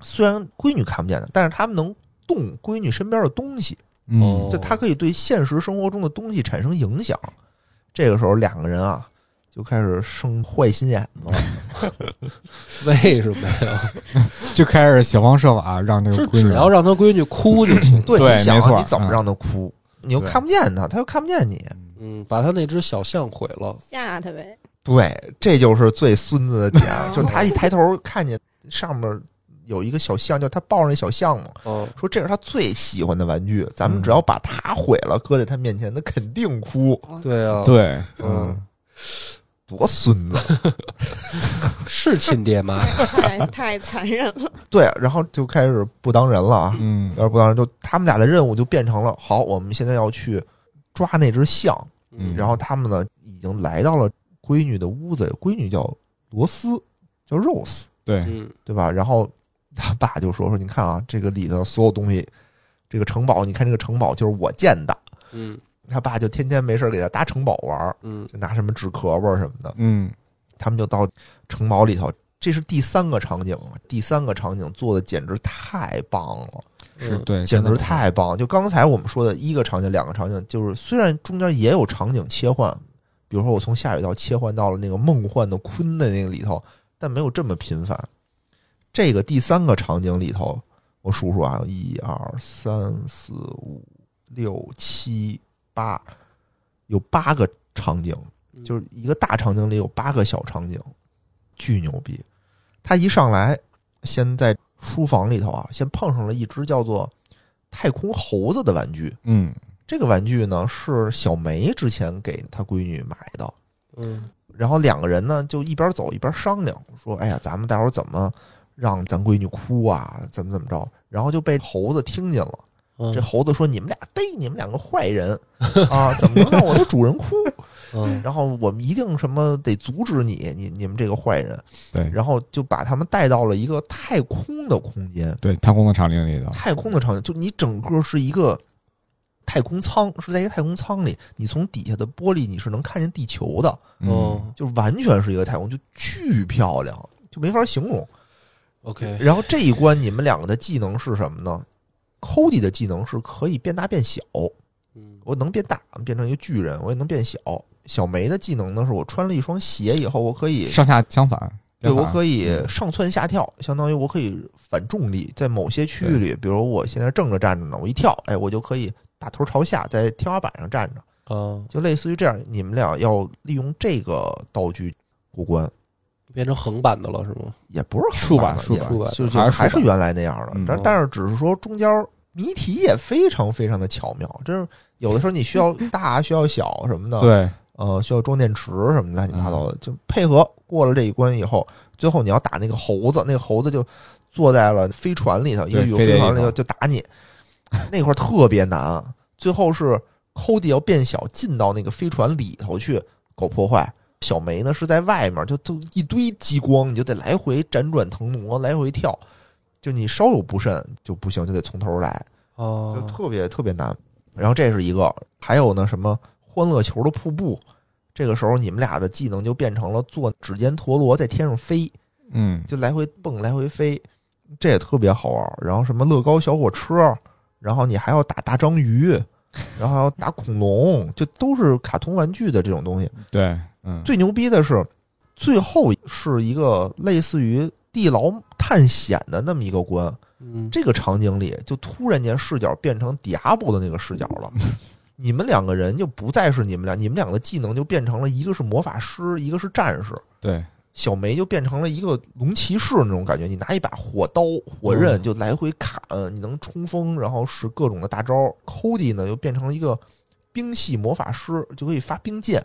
E: 虽然闺女看不见的，但是他们能动闺女身边的东西，
F: 嗯
E: 就她可以对现实生活中的东西产生影响。这个时候，两个人啊就开始生坏心眼子
F: 哦
E: 了。
D: 为什么呀？
F: 就开始想方设法让这个
D: 是
F: 闺
D: 只
F: 女
D: 要让他闺女哭就 行。
E: 对，
F: 对
E: 你想
F: 没错嗯
E: 啊，你怎么让她哭？你又
F: 对
E: 看不见她，她又看不见你。
D: 嗯，把他那只小象毁了。
G: 吓他呗。
E: 对，这就是最孙子的点，啊 就是她一抬头看见上面有一个小象，就她抱着那小象嘛，
D: 哦，
E: 说这是她最喜欢的玩具，咱们
F: 嗯
E: 只要把它毁了，搁在她面前，她肯定哭。
D: 对啊，
F: 对，
D: 嗯
F: 嗯，
E: 多孙子！
D: 是亲爹妈呀。
G: 太太残忍了，
E: 对，然后就开始不当人了啊，
F: 嗯
E: 要是不当人，就他们俩的任务就变成了：好，我们现在要去抓那只象。
F: 嗯
E: 然后他们呢，已经来到了闺女的屋子，闺女叫罗斯，叫 Rose，
F: 对，
D: 嗯
E: 对吧？然后他爸就说：“说你看啊，这个里头所有东西，这个城堡，你看这个城堡就是我建的。
D: 嗯”
E: 他爸就天天没事儿给他搭城堡玩儿，
D: 嗯
E: 就拿什么纸壳儿什么的。
F: 嗯
E: 他们就到城堡里头，这是第三个场景了。第三个场景做的简直太棒了，
F: 是
D: 嗯
F: 对，
E: 简直
F: 真的
E: 太棒了！就刚才我们说的一个场景、两个场景，就是虽然中间也有场景切换，比如说我从下水道切换到了那个梦幻的鲲的那个里头，但没有这么频繁。这个第三个场景里头，我数数啊，一二三四五六七八，有八个场景，就是一个大场景里有八个小场景，巨牛逼。他一上来，先在书房里头啊，先碰上了一只叫做太空猴子的玩具。
F: 嗯，
E: 这个玩具呢是小梅之前给她闺女买的，
D: 嗯
E: 然后两个人呢就一边走一边商量，说：“哎呀，咱们待会儿怎么让咱闺女哭啊？怎么怎么着？”然后就被猴子听见了。
D: 嗯
E: 这猴子说：“你们俩逮你们两个坏人啊！怎么能让我的主人哭？
D: 嗯
E: 然后我们一定什么得阻止你，你你们这个坏人。”
F: 对
E: 然后就把他们带到了一个太空的空间，
F: 对，太空的场景里头，
E: 太空的场景，就你整个是一个太空舱，是在一个太空舱里，你从底下的玻璃你是能看见地球的。
D: 哦
F: 嗯，
E: 就完全是一个太空，就巨漂亮，就没法形容。
D: ，OK，
E: 然后这一关你们两个的技能是什么呢？Cody 的技能是可以变大变小，
D: 嗯
E: 我能变大，变成一个巨人，我也能变小。小梅的技能呢，是我穿了一双鞋以后，我可以
F: 上下相反，
E: 对我
F: 以，
E: 可以上蹿下跳，相当于我可以反重力，在某些区域里，比如我现在正着站着呢，我一跳，哎，我就可以打头朝下在天花板上站着。
D: 啊，
E: 就类似于这样，你们俩要利用这个道具过关。
D: 变成横版的了是吗？
E: 也不是
F: 竖版
E: 版的
F: 竖
E: 也
F: 版
E: 就就
F: 还是竖
E: 还是
F: 版
E: 原来那样的
F: 嗯，
E: 但但是只是说中间谜题也非常非常的巧妙，真是有的时候你需要大需要小什么的，，
F: 对，
E: 呃，需要装电池什么乱七八糟的，就配合过了这一关以后，最后你要打那个猴子，那个猴子就坐在了飞船里头，一个
F: 对
E: 宇宙
F: 飞碟
E: 飞
F: 里
E: 船里头
F: 头
E: 就打你，那块儿特别难，最后是 Cody 要变小进到那个飞船里头去搞破坏。小梅呢是在外面，就就一堆激光，你就得来回辗转腾挪，来回跳，就你稍有不慎就不行，就得从头来，就
D: 哦，
E: 特别特别难。然后这是一个，还有呢什么欢乐球的瀑布，这个时候你们俩的技能就变成了做指尖陀螺在天上飞，
F: 嗯，
E: 就来回蹦来回飞，这也特别好玩儿。然后什么乐高小火车，然后你还要打大章鱼，然后还要打恐龙，就都是卡通玩具的这种东西。
F: 对，嗯，
E: 最牛逼的是，最后是一个类似于地牢探险的那么一个关，
D: 嗯，
E: 这个场景里就突然间视角变成 Diablo 的那个视角了。你们两个人就不再是你们俩，你们两个的技能就变成了一个是魔法师，一个是战士。
F: 对，
E: 小梅就变成了一个龙骑士那种感觉，你拿一把火刀、火刃就来回砍，你能冲锋，然后使各种的大招。Cody 呢，又变成了一个冰系魔法师，就可以发冰箭，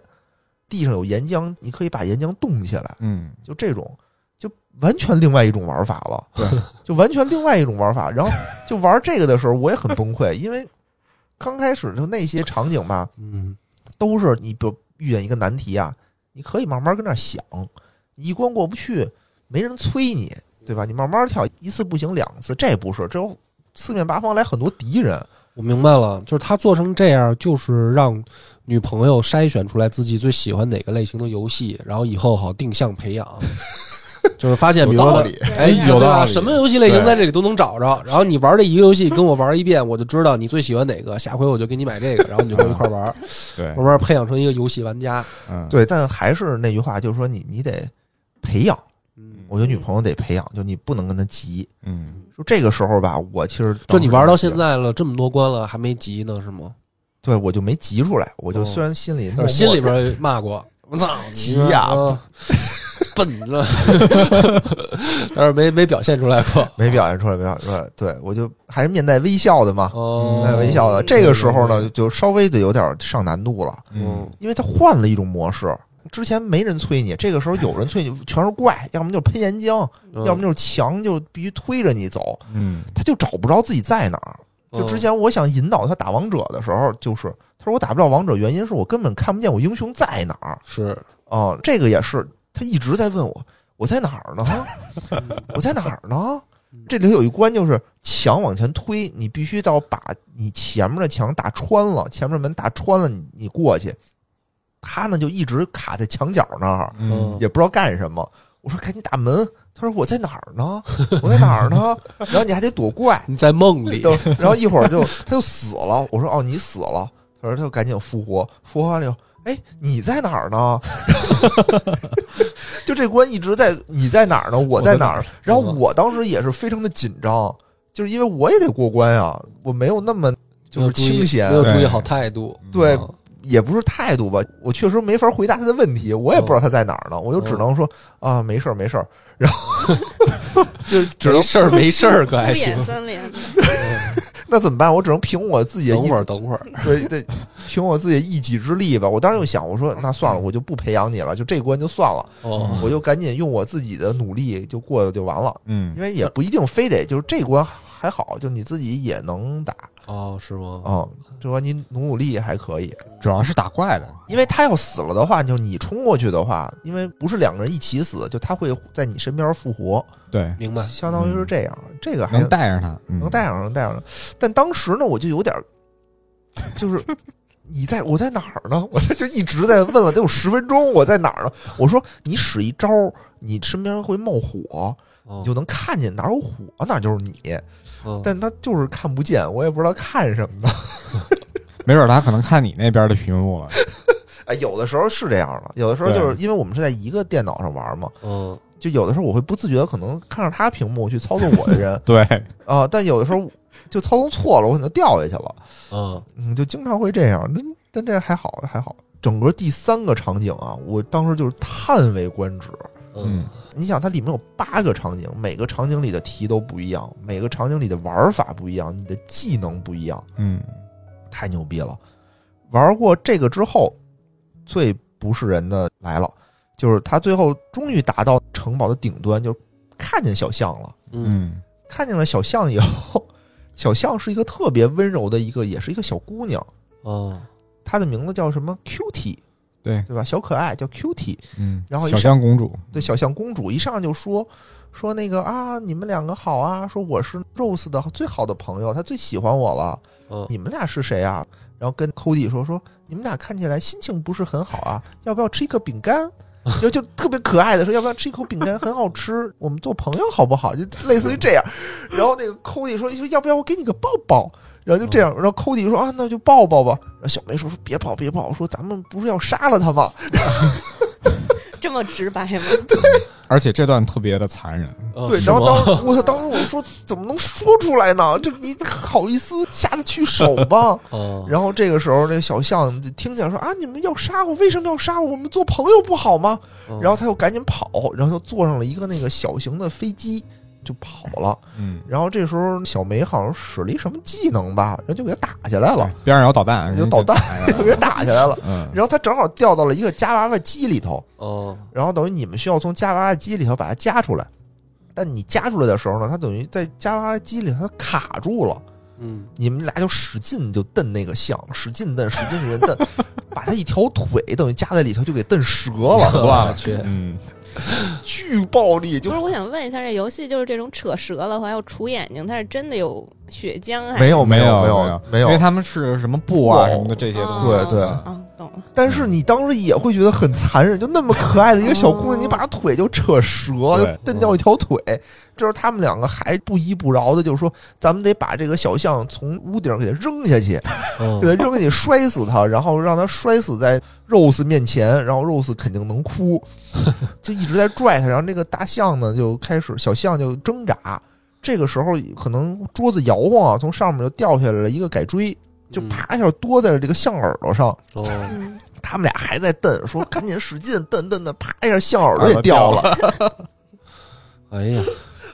E: 地上有岩浆，你可以把岩浆冻起来，
F: 嗯，
E: 就这种，就完全另外一种玩法了，
F: 对，
E: 就完全另外一种玩法。然后就玩这个的时候，我也很崩溃，因为刚开始就那些场景吧，
D: 嗯
E: 都是你比如遇见一个难题啊，你可以慢慢跟那儿想，你一关过不去，没人催你，对吧？你慢慢跳，一次不行，两次，这不是，这有四面八方来很多敌人，
D: 我明白了，就是他做成这样，就是让女朋友筛选出来自己最喜欢哪个类型的游戏，然后以后好定向培 养。就是发现，比如说，
E: 理。
D: 哎，
G: 有
D: 对
F: 道
D: 吧？
F: 理
D: 什么游戏类型在这里都能找着。然后你玩这一个游戏，跟我玩一遍，我就知道你最喜欢哪个。下回我就给你买这个，然后你就跟我一块 玩，
F: 对
D: 慢，慢培养成一个游戏玩家。
F: 嗯，
E: 对，但还是那句话，就是说你你得培养，
D: 嗯，
E: 我觉得女朋友得培养，就你不能跟她急。
F: 嗯，
E: 就这个时候吧，我其实
D: 就你
E: 当时
D: 玩到现，在了，这么多关了，还没急呢，是吗？
E: 对我就没急出来，我就
D: 哦
E: 虽然心里默
D: 就
E: 默
D: 是心里边骂过，我操，
E: 急呀
D: 嗯 笨着， 但是没没表现出来过。
E: 没表现出来，没表现出来，对我就还是面带微笑的嘛，
D: 哦，
E: 面带微笑的。这个时候呢，就就稍微的有点上难度了，
D: 嗯
F: 嗯，
E: 因为他换了一种模式。之前没人催你，这个时候有人催你，全是怪，要么就是喷岩浆，
D: 嗯，
E: 要么就是墙就必须推着你走，
F: 嗯，
E: 他就找不着自己在哪儿。
D: 嗯
E: 就之前我想引导他打王者的时候，就是他说我打不了王者，原因是我根本看不见我英雄在哪儿
D: 嗯是
E: 啊、这个也是，他一直在问我我在哪儿呢？ 我在哪儿呢？这里头有一关就是墙往前推，你必须到把你前面的墙打穿了，前面门打穿了，你你过去。他呢就一直卡在墙角那儿，
F: 嗯，
E: 也不知道干什么。我说赶紧打门，他说我在哪儿呢？我在哪儿呢？然后你还得躲怪，
D: 你在梦里，
E: 等，然后一会儿就他就死了。我说哦，你死了。他说他就赶紧复活，复活完了以后，哎，你在哪儿呢？ 就这关一直在你在哪儿呢？我在哪儿？然后我当时也是非常的紧张，就是因为我也得过关啊，我没有那么就是清闲
D: 没，有注意
F: 对
D: 好态度。
E: 对
D: 嗯
E: 也不是态度吧。我确实没法回答他的问题，我也不知道他在哪儿呢，我就只能说啊，没事儿，没事儿。
D: 就
E: 只
D: 嗯没
E: 能
D: 事儿没事儿，可
G: 敷
D: 还行。
G: 衍三连，
E: 那怎么办？我只能凭我自己的
D: 等
E: 一
D: 会儿，等会儿，
E: 对对，凭我自己的一己之力吧。我当时就想，我说那算了，我就不培养你了，就这关就算了，
D: 哦，
E: 我就赶紧用我自己的努力就过了就完了，
F: 嗯
E: 因，为也不一定非得就是这关还好，就你自己也能打
D: 哦，是吗？
E: 啊，就说你努努力还可以。
F: 主要是打怪的，
E: 因为他要死了的话，就你冲过去的话，因为不是两个人一起死，就他会在你身边复活，
F: 对，
D: 明白。
E: 相当于是这样。这个还
F: 嗯能带上他，嗯
E: 能带上，能带上。但当时呢，我就有点儿，就是你在我在哪儿呢？我在就一直在问了，得有十分钟，我在哪儿呢？我说你使一招，你身边会冒火，
D: 哦
E: 你就能看见哪有火，哪就是你。
D: 嗯
E: 但他就是看不见，我也不知道看什么呢。
F: 没准他可能看你那边的屏幕了，
E: 哎，有的时候是这样的，有的时候就是
F: 对
E: 因为我们是在一个电脑上玩嘛，
D: 嗯，
E: 就有的时候我会不自觉地可能看着他屏幕去操纵我的人
F: 对，
E: 啊、但有的时候就操纵错了，我可能掉下去了。
D: 嗯，
E: 嗯，就经常会这样。但但这还好，还好。整个第三个场景啊，我当时就是叹为观止。
D: 嗯，
E: 你想，它里面有八个场景，每个场景里的题都不一样，每个场景里的玩法不一样，你的技能不一样，
F: 嗯，
E: 太牛逼了！玩过这个之后，最不是人的来了，就是他最后终于达到城堡的顶端，就是看见小象了。
D: 嗯，
F: 嗯，
E: 看见了小象以后， 小象是一个特别温柔的一个，也是一个小姑娘。
D: 哦，
E: 她的名字叫什么 Cutie，
F: 对
E: 对吧？小可爱叫 Cutie，
F: 嗯，
E: 然后一
F: 小
E: 上
F: 香公主，
E: 对小象公主一上来就说说那个啊，你们两个好啊，说我是 Rose 的最好的朋友，她最喜欢我了，
D: 嗯，
E: 你们俩是谁啊？然后跟 Cody 说说你们俩看起来心情不是很好啊，要不要吃一口饼干？就就特别可爱的说，要不要吃一口饼干？很好吃，我们做朋友好不好？就类似于这样。然后那个 Cody 说，说要不要我给你个抱抱？然后就这样，然后 Cody 说啊，那就抱抱吧。然后小梅说说别抱别抱，说咱们不是要杀了他吗？
G: 这么直白 吗？
F: 而且这段特别的残忍，
D: 哦
E: 对，
D: 是
E: 然后
D: 吗
E: 当我操，当时我说怎么能说出来呢？这你好意思下得去手 吗？
D: 哦，
E: 然后这个时候，这个小象就听见说啊，你们要杀我，为什么要杀我？我们做朋友不好吗？
D: 嗯
E: 然后他又赶紧跑，然后就坐上了一个那个小型的飞机就跑了。
F: 嗯，
E: 然后这时候小梅好像使了一什么技能吧，然后就给他打下来了，
F: 边上有导弹，
E: 有导弹
F: 人家
E: 就
F: 就
E: 给他打下来了。
F: 嗯，
E: 然后他正好掉到了一个夹娃娃机里头，
D: 哦，
E: 然后等于你们需要从夹娃娃机里头把它夹出来。但你夹出来的时候呢，它等于在夹娃娃机里它卡住了，
D: 嗯，
E: 你们俩就使劲就蹬那个象，使劲蹬，使劲使劲蹬，把它一条腿等于夹在里头就给蹬折 了，
D: 我去，
F: 嗯，
E: 巨暴力，就
G: 不是，我想问一下，这游戏就是这种扯舌了还有杵眼睛，它是真的有血浆
E: 哦
G: 还是？哦
E: 没有
F: 没
E: 有
F: 没
E: 有没
F: 因为他们是什么布啊什么的这些东西，
G: 哦
E: 对对
G: 啊，懂了。
E: 但是你当时也会觉得很残忍，就那么可爱的一个小姑
G: 哦
E: 娘，你把她腿就扯折，就
F: 对
E: 蹬掉一条腿。这时候他们两个还不依不饶的，就是说，咱们得把这个小象从屋顶上给它扔下去，
D: 嗯
E: 给它扔下去摔死它，然后让它摔死在 Rose 面前，然后 Rose 肯定能 哭，就一直在拽它。然后那个大象呢，就开始小象就挣扎。这个时候可能桌子摇晃啊，从上面就掉下来了一个改锥，就
D: 嗯
E: 啪一下多在了这个象耳朵上。
D: 哦，
G: 嗯，
E: 他们俩还在蹬， 说赶紧使劲蹬蹬蹬，啪一下象耳朵也掉了。
D: 哎呀，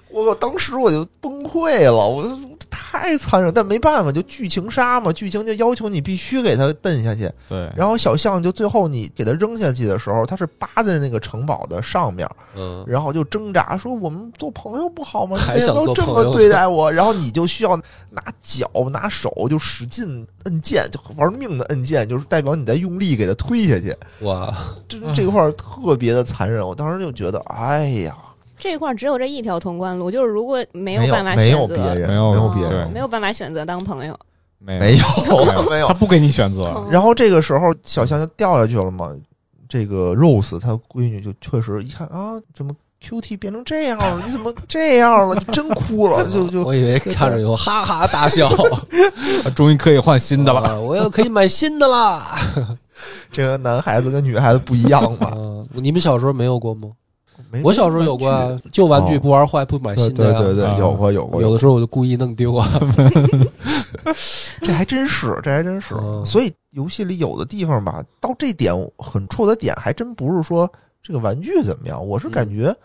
E: 我当时我就崩溃了，我就太残忍，但没办法，就剧情杀嘛，剧情就要求你必须给他蹬下去。
F: 对，
D: 哎
E: 然后小象就最后你给他扔下去的时候，他是扒在那个城堡的上面，
D: 嗯，
E: 然后就挣扎说：“我们做朋友不好吗？
D: 还
E: 你为什
D: 想
E: 么要
D: 做
E: 这
D: 朋
E: 么
D: 友
E: 对待我？”然后你就需要拿脚、拿手就使劲摁键，就玩命的摁键，就是代表你在用力给他推下去。
D: 哇，
E: 这这块儿特别的残忍，我当时就觉得，哎呀，
G: 这块儿只有这一条通关路，就是如果没有
E: 没有
G: 办法
E: 没
G: 选
E: 有
G: 择，
E: 别人，
F: 没有
E: 没有
G: 哦
E: 别
F: 对
E: 人，
G: 没有办法选择当朋友。
F: 没
E: 没有
F: 有
E: 没有
F: 他。不给你选 择，
G: 嗯
E: 然后这个时候，小象就掉下去了嘛。这个 Rose 她闺女就确实一看啊，怎么 QT 变成这样了？你怎么这样了？你真 哭了，就就
D: 我以为看着以后哈哈大 笑，
F: 终于可以换新的了。
D: 啊我又可以买新的啦。
E: 这个男孩子跟女孩子不一样嘛。
D: 嗯啊，你们小时候没有过吗？
E: 没
D: 我小时候有过啊，旧玩具
E: 哦
D: 不玩坏，不买
E: 对
D: 新的
E: 对
D: 呀。
E: 对对，
F: 啊
E: 有过有过，
D: 有
E: 过
D: 的时候我就故意弄丢啊。
E: 这还真是，这还真是。
D: 嗯
E: 所以游戏里有的地方吧，到这点很戳的点，还真不是说这个玩具怎么样，我是感
D: 嗯
E: 觉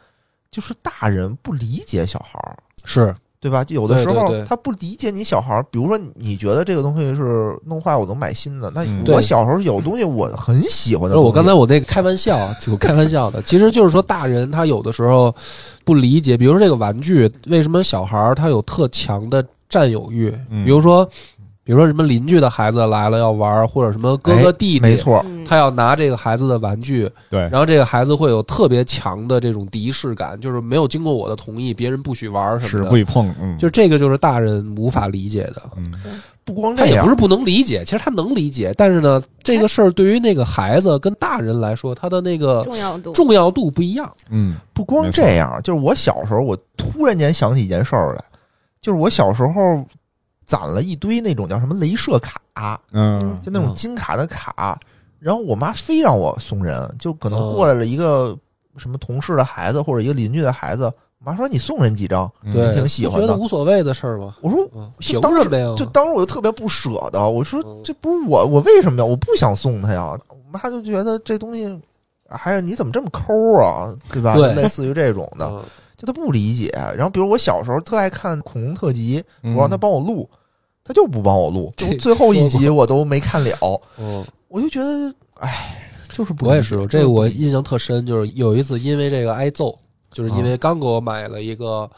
E: 就是大人不理解小孩儿，
D: 是，
E: 对吧？就有的时
D: 对对
E: 候
D: 对
E: 他不理解你小孩儿，比如说你觉得这个东西是弄坏我能买新的，那
F: 嗯
E: 我
D: 对
E: 小时候有东西我很喜欢的
D: 那
E: 东西，
D: 我刚才我那个开玩笑啊，我开玩笑的，其实就是说大人他有的时候不理解，比如说这个玩具为什么小孩儿他有特强的占有欲，
F: 嗯
D: 比如说，比如说什么邻居的孩子来了要玩儿，或者什么哥哥
E: 哎
D: 弟弟，
E: 没，错，
G: 嗯
D: 他要拿这个孩子的玩具，
F: 对，
D: 然后这个孩子会有特别强的这种敌视感，就是没有经过我的同意，别人不许玩儿什
F: 是
D: 么
F: 不
D: 的。
F: 许碰，嗯，
D: 就这个就是大人无法理解的，
F: 嗯
E: 不光
D: 他
E: 这
D: 也
E: 样
D: 不，是不能理解，其实他能理解，但是呢，这个事儿对于那个孩子跟大人来说，他的那个
G: 重要度
D: 重要度不一样。
F: 嗯，
E: 不光
F: 没错
E: 这样，就是我小时候，我突然间想起一件事儿来，就是我小时候攒了一堆那种叫什么镭射卡。
F: 嗯
E: 就那种
D: 嗯
E: 金卡的卡。然后我妈非让我送人，就可能
D: 哦
E: 过来了一个什么同事的孩子或者一个邻居的孩子，我妈说你送人几张，
F: 嗯
D: 对，
E: 挺喜欢的
D: 我觉得无所谓的事儿嘛。
E: 我说
D: 嗯，凭
E: 就当
D: 什
E: 时
D: 么呀？
E: 就当时我就特别不舍得，我说
D: 嗯
E: 这不是我，我为什么呀？我不想送他呀。我妈就觉得这东西，还有你怎么这么抠啊，对吧？
D: 对
E: 类似于这种的，
D: 嗯
E: 就她不理解。然后比如我小时候特爱看恐龙特辑，我
F: 嗯
E: 让她帮我录，她就不帮我录，就
D: 这
E: 最后一
D: 说
E: 集我都没看了。
D: 嗯，
E: 我就觉得，哎，就是不理解。
D: 我也是，
E: 就是
D: 这
E: 不
D: 我
E: 理解
D: 印象特深，就是有一次因为这个挨揍，就是
E: 啊
D: 因为刚给我买了一个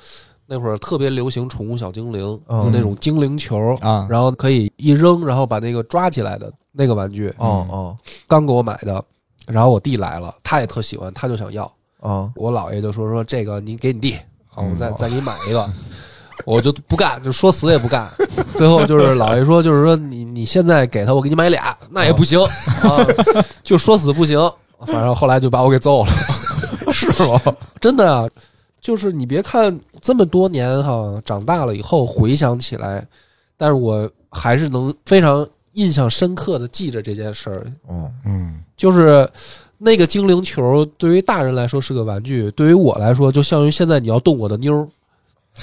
D: 那会儿特别流行宠物小精灵，
E: 嗯
D: 就那种精灵球，
F: 啊，
D: 然后可以一扔，然后把那个抓起来的那个玩具，
E: 哦哦
D: 刚给我买的。然后我弟来了，他也特喜欢，他就想要。
E: 哦，
D: 我姥爷就说说这个你给你弟啊，我
F: 嗯
D: 再再给你买一个， 我就不干，就说死也不干。最后就是姥爷说，就是说你你现在给他，我给你买俩，那也不行啊，就说死不行。反正后来就把我给揍了，
E: 是吗？
D: 真的啊，就是你别看这么多年哈，长大了以后回想起来，但是我还是能非常印象深刻的记着这件事儿，
E: 嗯，
F: 嗯
D: 就是那个精灵球对于大人来说是个玩具，对于我来说就像于现在你要动我的妞儿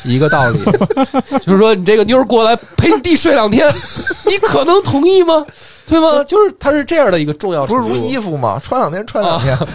D: 一个道理， 就是说你这个妞儿过来陪你弟睡两天，你可能同意吗？对吗？就是它是这样的一个重要
E: 不
D: 程
E: 是
D: 度，
E: 如衣服吗？穿两天穿两天，
D: 啊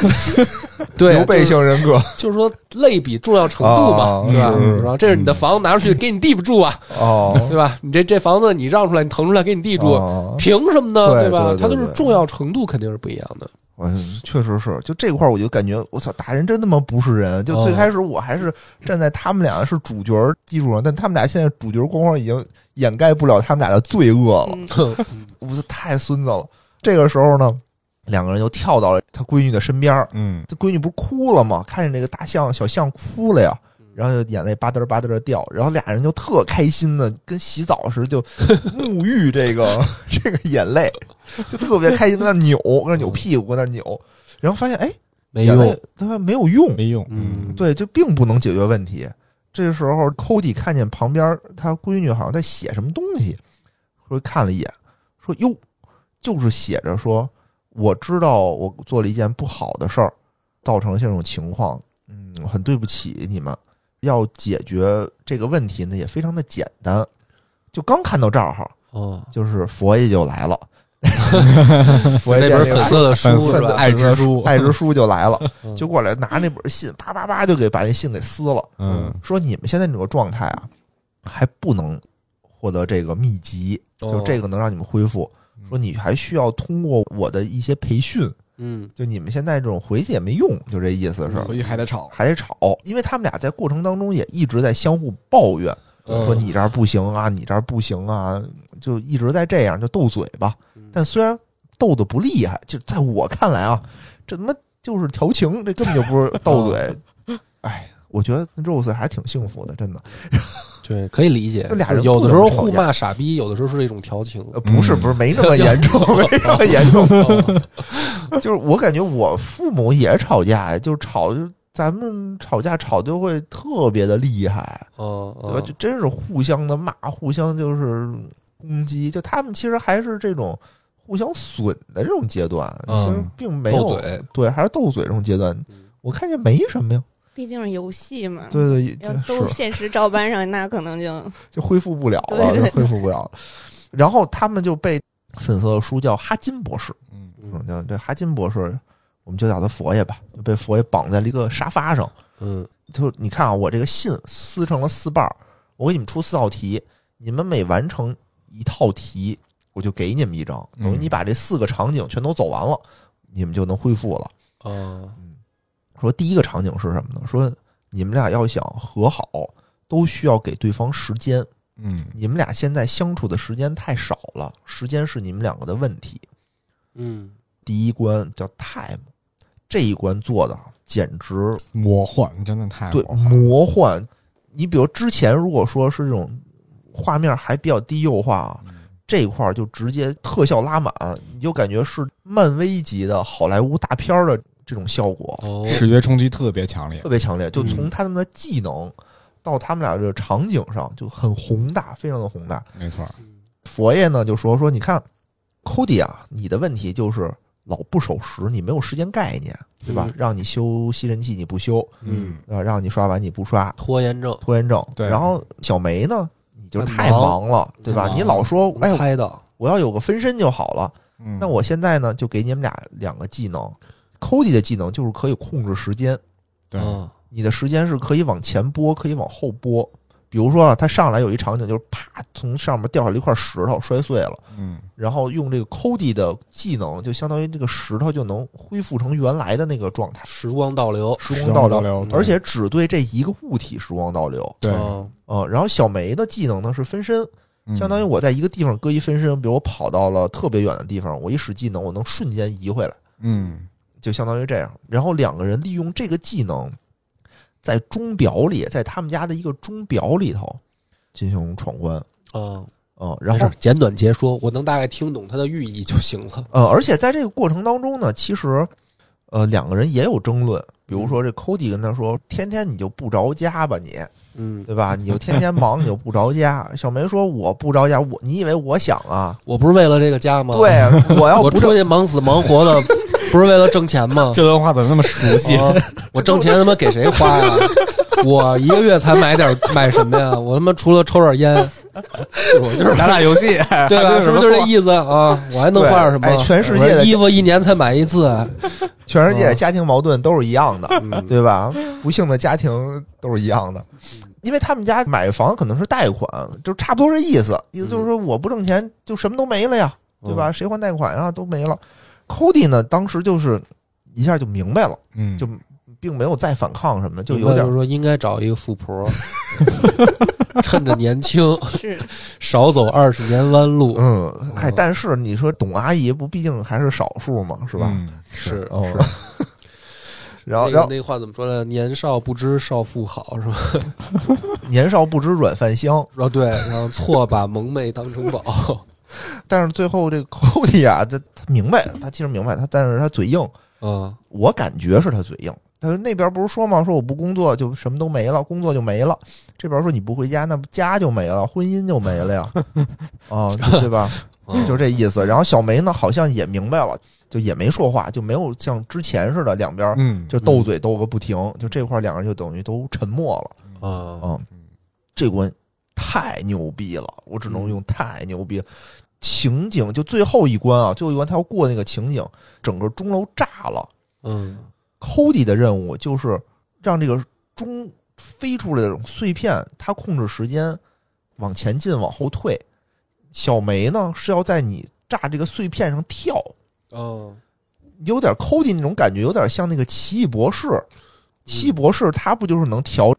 D: 对
E: 刘备
D: 就是
E: 型人格
D: 就是说类比重要程度嘛，
E: 啊
D: 是吧？
E: 是
D: 是吧？这是你的房子拿出去给你弟不住啊，
E: 哦
D: 对吧？你这这房子你让出来，你腾出来给你弟住，
E: 哦，
D: 凭什么呢？
E: 对
D: 吧
E: 对？对
D: 它就是
E: 对
D: 重要程度肯定是不一样的。
E: 我确实是，就这块儿我就感觉我操，大人真他妈不是人！就最
D: 哦
E: 开始我还是站在他们俩是主角儿基础上，但他们俩现在主角光环已经掩盖不了他们俩的罪恶了，
G: 嗯
E: 我操，太孙子了！这个时候呢，两个人又跳到了他闺女的身边儿，
F: 嗯
E: 这闺女不是哭了吗？看见这个大象小象哭了呀，然后就眼泪吧嗒吧嗒的掉，然后俩人就特开心的，跟洗澡时就沐浴这个这个眼泪，就特别开心，在那扭，跟那扭屁股，跟那扭，然后发现哎，
D: 没
E: 眼
D: 用
E: 泪，他妈没有用，
F: 没用，
D: 嗯，
E: 对，这并不能解决问题。这时候，Cody 看见旁边他闺女好像在写什么东西，说看了一眼，说哟，就是写着说我知道我做了一件不好的事儿，造成了这种情况，嗯，很对不起你们。要解决这个问题呢，也非常的简单。就刚看到这儿哈，
D: 哦。
E: 就是佛爷就来了， 佛
D: 那
E: 爷
D: 本
E: 变那个
D: 粉色的书
F: 粉
D: 是
F: 色
E: 的
D: 吧？
F: 爱之书
E: 爱之 书就来了，
D: 嗯
E: 就过来拿那本信，啪啪啪就给把那信给撕了。
F: 嗯
E: 说你们现在这个状态啊，还不能获得这个秘籍，就
D: 哦
E: 这个能让你们恢复。
F: 嗯
E: 说你还需要通过我的一些培训，
D: 嗯，
E: 就你们现在这种回去也没用，就这意思是。
F: 回去还得吵，
E: 还得吵，因为他们俩在过程当中也一直在相互抱怨，
D: 嗯
E: 说你这儿不行啊，你这儿不行啊，就一直在这样就斗嘴巴。但虽然斗的不厉害，就在我看来啊，这他妈就是调情，这根本就不是斗嘴。哎，我觉得 Rose 还是挺幸福的，真的。
D: 对，可以理解
E: 这俩人。
D: 有
E: 不
D: 的时候
E: 能吵
D: 互
E: 架
D: 骂傻逼，有的时候是一种调情。
E: 呃，不是
F: 嗯
E: 不是，没那么严重，没那么严重。 就是我感觉我父母也吵架，就是吵，就咱们吵架吵就会特别的厉害，
D: 哦，
E: 呃对吧？就真是互相的骂，互相就是攻击。就他们其实还是这种互相损的这种阶段，其实
D: 嗯
E: 并没
D: 斗
E: 有
D: 嘴，
G: 嗯
E: 对，还是斗嘴这种阶段。我看见没什么呀。
G: 毕竟是游戏嘛。
E: 对对，这
G: 要都
E: 是
G: 现实照搬上，那可能就
E: 就恢复不了了，
G: 对
E: 就
G: 对
E: 恢复不了了。然后他们就被粉色的书叫哈金博士，
F: 嗯，
E: 嗯，叫这哈金博士，我们就叫他佛爷吧，就被佛爷绑在了一个沙发上。
D: 嗯
E: 就你看啊，我这个信撕成了四瓣儿，我给你们出四道题，你们每完成一套题，我就给你们一张，等于
F: 嗯
E: 你把这四个场景全都走完了，你们就能恢复了。
D: 哦
E: 说第一个场景是什么呢？说你们俩要想和好，都需要给对方时间。
F: 嗯，
E: 你们俩现在相处的时间太少了，时间是你们两个的问题。
D: 嗯，
E: 第一关叫 time，这一关做的简直
F: 魔幻真的太
E: 对
D: 哦
F: 魔幻了
E: 魔幻。你比如之前如果说是这种画面还比较低幼化啊，
F: 嗯
E: 这一块儿就直接特效拉满，你就感觉是漫威级的好莱坞大片儿的这种效果。
D: 哦，
F: 视觉冲击特别强烈
E: 特，别强烈，就
D: 嗯
E: 从他们的技能到他们俩的场景上就很宏大，非常的宏大。
F: 没错，
D: 嗯
E: 佛爷呢就说说，你看，Cody 啊，你的问题就是老不守时，你没有时间概念，对吧？
D: 嗯
E: 让你修吸尘器你不修，
D: 嗯，
E: 啊、让你刷碗你不刷，
D: 拖延症，
E: 拖延症。
F: 对
E: 然后小梅呢，你就是
D: 太
E: 太忙了，对吧？
F: 太忙
E: 你老说，哎，
D: 猜到，
E: 我要有个分身就好了。
F: 嗯，
E: 那我现在呢，就给你们俩两个技能。Cody 的技能就是可以控制时间，
F: 对
D: 嗯
E: 你的时间是可以往前拨，可以往后拨。比如说啊，它上来有一场景，就是啪从上面掉下来一块石头摔碎了，
F: 嗯
E: 然后用这个 Cody 的技能，就相当于这个石头就能恢复成原来的那个状态，
D: 时光倒流，
E: 时
F: 时
E: 光
F: 光
E: 倒
F: 倒
E: 流，
F: 流，
E: 而且只对这一个物体时光倒流。
F: 嗯对，
D: 哦
E: 呃，然后小梅的技能呢是分身，
F: 嗯
E: 相当于我在一个地方搁一分身，比如我跑到了特别远的地方，我一使技能，我能瞬间移回来。
F: 嗯
E: 就相当于这样。然后两个人利用这个技能，在钟表里，在他们家的一个钟表里头进行闯关。
D: 哦，
E: 嗯，然后
D: 没事简短截说，我能大概听懂它的寓意就行了。
E: 呃，而且在这个过程当中呢，其实呃两个人也有争论。比如说，这 Cody 跟他说：“天天你就不着家吧你，
D: 嗯，
E: 对吧？你就天天忙，你就不着家。”小梅说：“我不着家，我你以为我想啊？
D: 我不是为了这个家吗？，
E: 对，啊我 要
D: 我
E: 不着
D: 出去忙死忙活 的，不是为了挣钱吗？
F: 这段话怎么那么熟悉？
D: 啊我挣钱他妈给谁花呀？我一个月才买点买什么呀？我他妈除了抽点烟，我 就是
F: 打打游戏，还
D: 对
F: 没
D: 吧？
F: 有
D: 是
F: 什
D: 不
F: 么
D: 是就这
F: 错
D: 意思啊？我还能花点什么？
E: 对哎全世界的
D: 我衣服一年才买一次，
E: 全世界
D: 嗯
E: 家庭矛盾都是一样的，
D: 嗯
E: 对吧？不幸的家庭都是一样的，因为他们家买房可能是贷款，就差不多这意思。意思就是说，
D: 嗯
E: 我不挣钱就什么都没了呀，对吧？谁还贷款啊？都没了。Cody 呢，当时就是一下就明白了，
F: 嗯，
E: 就并没有再反抗什么的，就
D: 明白
E: 有点
D: 就是说应该找一个富婆，趁着年轻
G: 是
D: 少走二十年弯路。
E: 嗯，嗨。
D: 哦
E: 但是你说董阿姨不，毕竟还是少数嘛，是吧？
F: 嗯
D: 是，
E: 哦
D: 是。
E: 然后，
D: 那个
E: 然后
D: 那话怎么说来？年少不知少妇好是吧？
E: 年少不知软饭香，
D: 哦，对，然后错把萌妹当成宝。
E: 但是最后这个 Cody 啊，他他明白，他其实明白，他但是他嘴硬，
D: 嗯
E: 我感觉是他嘴硬。他说那边不是说吗？说我不工作就什么都没了，工作就没了。这边说你不回家，那不家就没了，婚姻就没了呀，啊，对对吧？
D: 嗯
E: 就这意思。然后小梅呢，好像也明白了，就也没说话，就没有像之前似的两边
F: 嗯，
E: 就斗嘴斗个不停。就这块儿两个人就等于都沉默了
D: 啊，
E: 啊
F: 嗯。
E: 这关太牛逼了，我只能用太牛逼。情景就最后一关啊，最后一关他要过那个情景，整个钟楼炸了。
D: 嗯
E: Cody 的任务就是让这个钟飞出来的这种碎片，它控制时间往前进、往后退。小梅呢是要在你炸这个碎片上跳，
D: 嗯
E: 有点 Cody 那种感觉，有点像那个奇异博士。奇异博士他不就是能调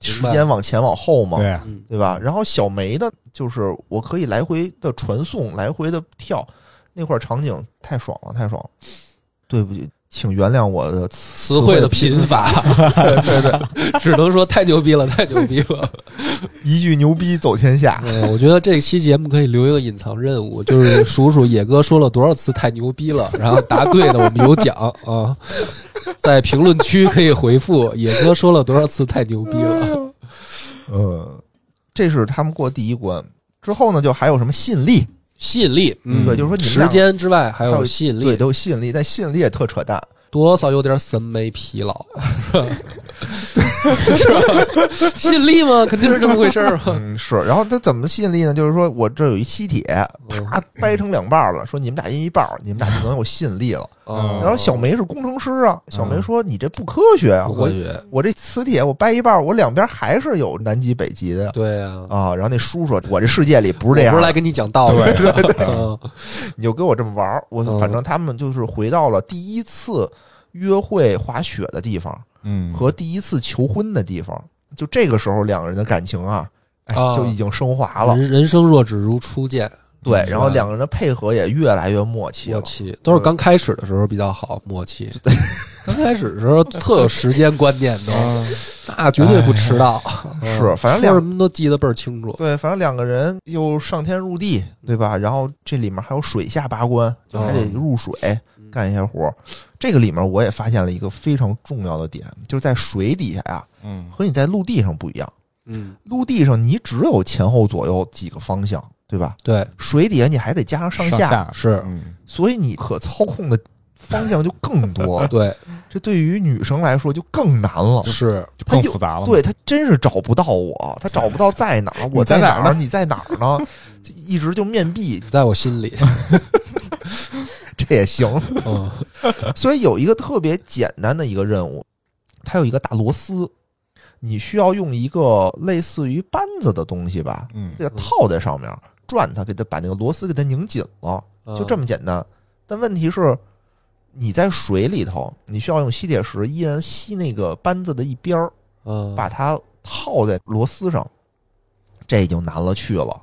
E: 时间往前往后吗？
F: 对啊，
D: 嗯
E: 对吧？然后小梅呢，就是我可以来回的传送，来回的跳，那块场景太爽了，太爽了。对不起，请原谅我的词
D: 词汇的贫乏，
E: 对对对，
D: 只能说太牛逼了，太牛逼 了。
E: 一句牛逼走天下。
D: 嗯，我觉得这期节目可以留一个隐藏任务，就是数数野哥说了多少次太牛逼了，然后答对的我们有奖 啊，在评论区可以回复野哥说了多少次太牛逼了。
E: 嗯，这是他们过第一关之后呢，就还有什么吸引力？
D: 吸引力，嗯
E: 对，就是说你们
D: 时
E: 俩
D: 间之外还
E: 还有
D: 有吸引
E: 对
D: 力，
E: 都有吸引力，但吸引力也特扯淡。
D: 多少有点审美疲劳， 是吧？ 吸引力嘛，肯定是这么回事儿 嘛。
E: 嗯，是。然后它怎么吸引力呢？就是说我这有一吸铁，
D: 嗯
E: 啪掰成两半儿了，说你们俩一一半儿，你们俩就能有吸引力了。
D: 哦
E: 嗯然后小梅是工程师啊，小梅说你这不科学啊，
D: 嗯不科
E: 我
D: 学，
E: 我这磁铁我掰一半儿，我两边还是有南极北极的呀。
D: 对呀，
E: 啊，然后那叔说：“我这世界里不是这
D: 我
E: 样
D: 不是
E: 的，
D: 来跟你讲道理 的，嗯
E: 你就跟我这么玩儿。”我
D: 嗯
E: 反正他们就是回到了第一次约会滑雪的地方
F: 嗯，
E: 和第一次求婚的地方。就这个时候，两个人的感情啊，哎
D: 啊，
E: 就已经升华了。
D: 人人生若只如初见，
E: 对，
D: 是
E: 然后
D: 吧
E: 两个人的配合也越来越默契
D: 默
E: 了。
D: 契都是刚开始的时候比较好，默 契。刚开始的时候特有时间观念都，那绝对不迟到。嗯
E: 嗯哎是反
D: 说
E: 正两
D: 什么都记得倍儿清楚。
E: 对，反正两个人又上天入地，对吧？然后这里面还有水下八关，就还得
D: 嗯
E: 入水、干一些活儿。这个里面我也发现了一个非常重要的点，就是在水底下呀、
F: 嗯
E: 和你在陆地上不一样。
D: 嗯，
E: 陆地上你只有前后左右几个方向，对吧？
D: 对，
E: 水底下你还得加上上下，
F: 下
D: 是，
F: 嗯
E: 所以你可操控的方向就更多 了。
D: 对，
E: 这对于女生来说就更难了。
D: 是，
F: 就更
E: 他又
F: 复杂了。
E: 对她真是找不到我，她找不到在哪儿，我
F: 哦你在
E: 哪
F: 哪
E: 儿，
F: 儿
E: 你在哪儿呢？就一直就面壁，
D: 在我心 里。
E: 这也行。
D: 嗯，
E: 所以有一个特别简单的一个任务，它有一个大螺丝，你需要用一个类似于扳子的东西吧，
F: 嗯，
E: 给它套在上面，转它，给它把那个螺丝给它拧紧了，
D: 嗯
E: 就这么简单。但问题是，你在水里头，你需要用吸铁石依然吸那个扳子的一边儿，
D: 嗯，
E: 把它套在螺丝上，这就难了去了。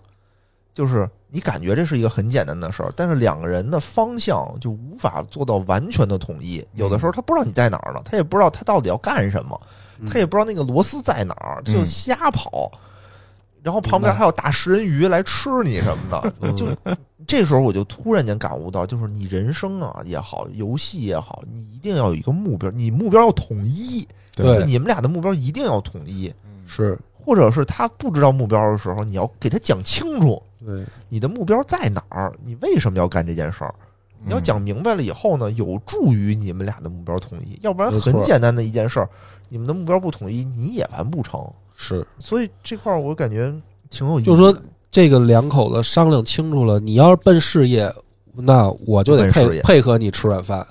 E: 就是你感觉这是一个很简单的事儿，但是两个人的方向就无法做到完全的统一。有的时候他不知道你在哪儿呢，他也不知道他到底要干什么，
D: 嗯
E: 他也不知道那个螺丝在哪儿，他就
F: 嗯
E: 瞎跑。然后旁边还有大食人鱼来吃你什么 的，
D: 嗯
E: 就这时候我就突然间感悟到，就是你人生啊也好，游戏也好，你一定要有一个目标，你目标要统一，
D: 对
E: 你们俩的目标一定要统一，
F: 嗯
D: 是，
E: 或者是他不知道目标的时候，你要给他讲清楚
D: 对，
E: 你的目标在哪儿，你为什么要干这件事儿。
D: 嗯
E: 你要讲明白了以后呢，有助于你们俩的目标统一，要不然
D: 没错
E: 很简单的一件事儿，你们的目标不统一，你也完不成。
D: 是。
E: 所以这块儿我感觉挺有意思
D: 就
E: 的，
D: 说这个两口子商量清楚了，你要是奔事业，那我就得
E: 奔事
D: 配
E: 业
D: 配合你吃软饭。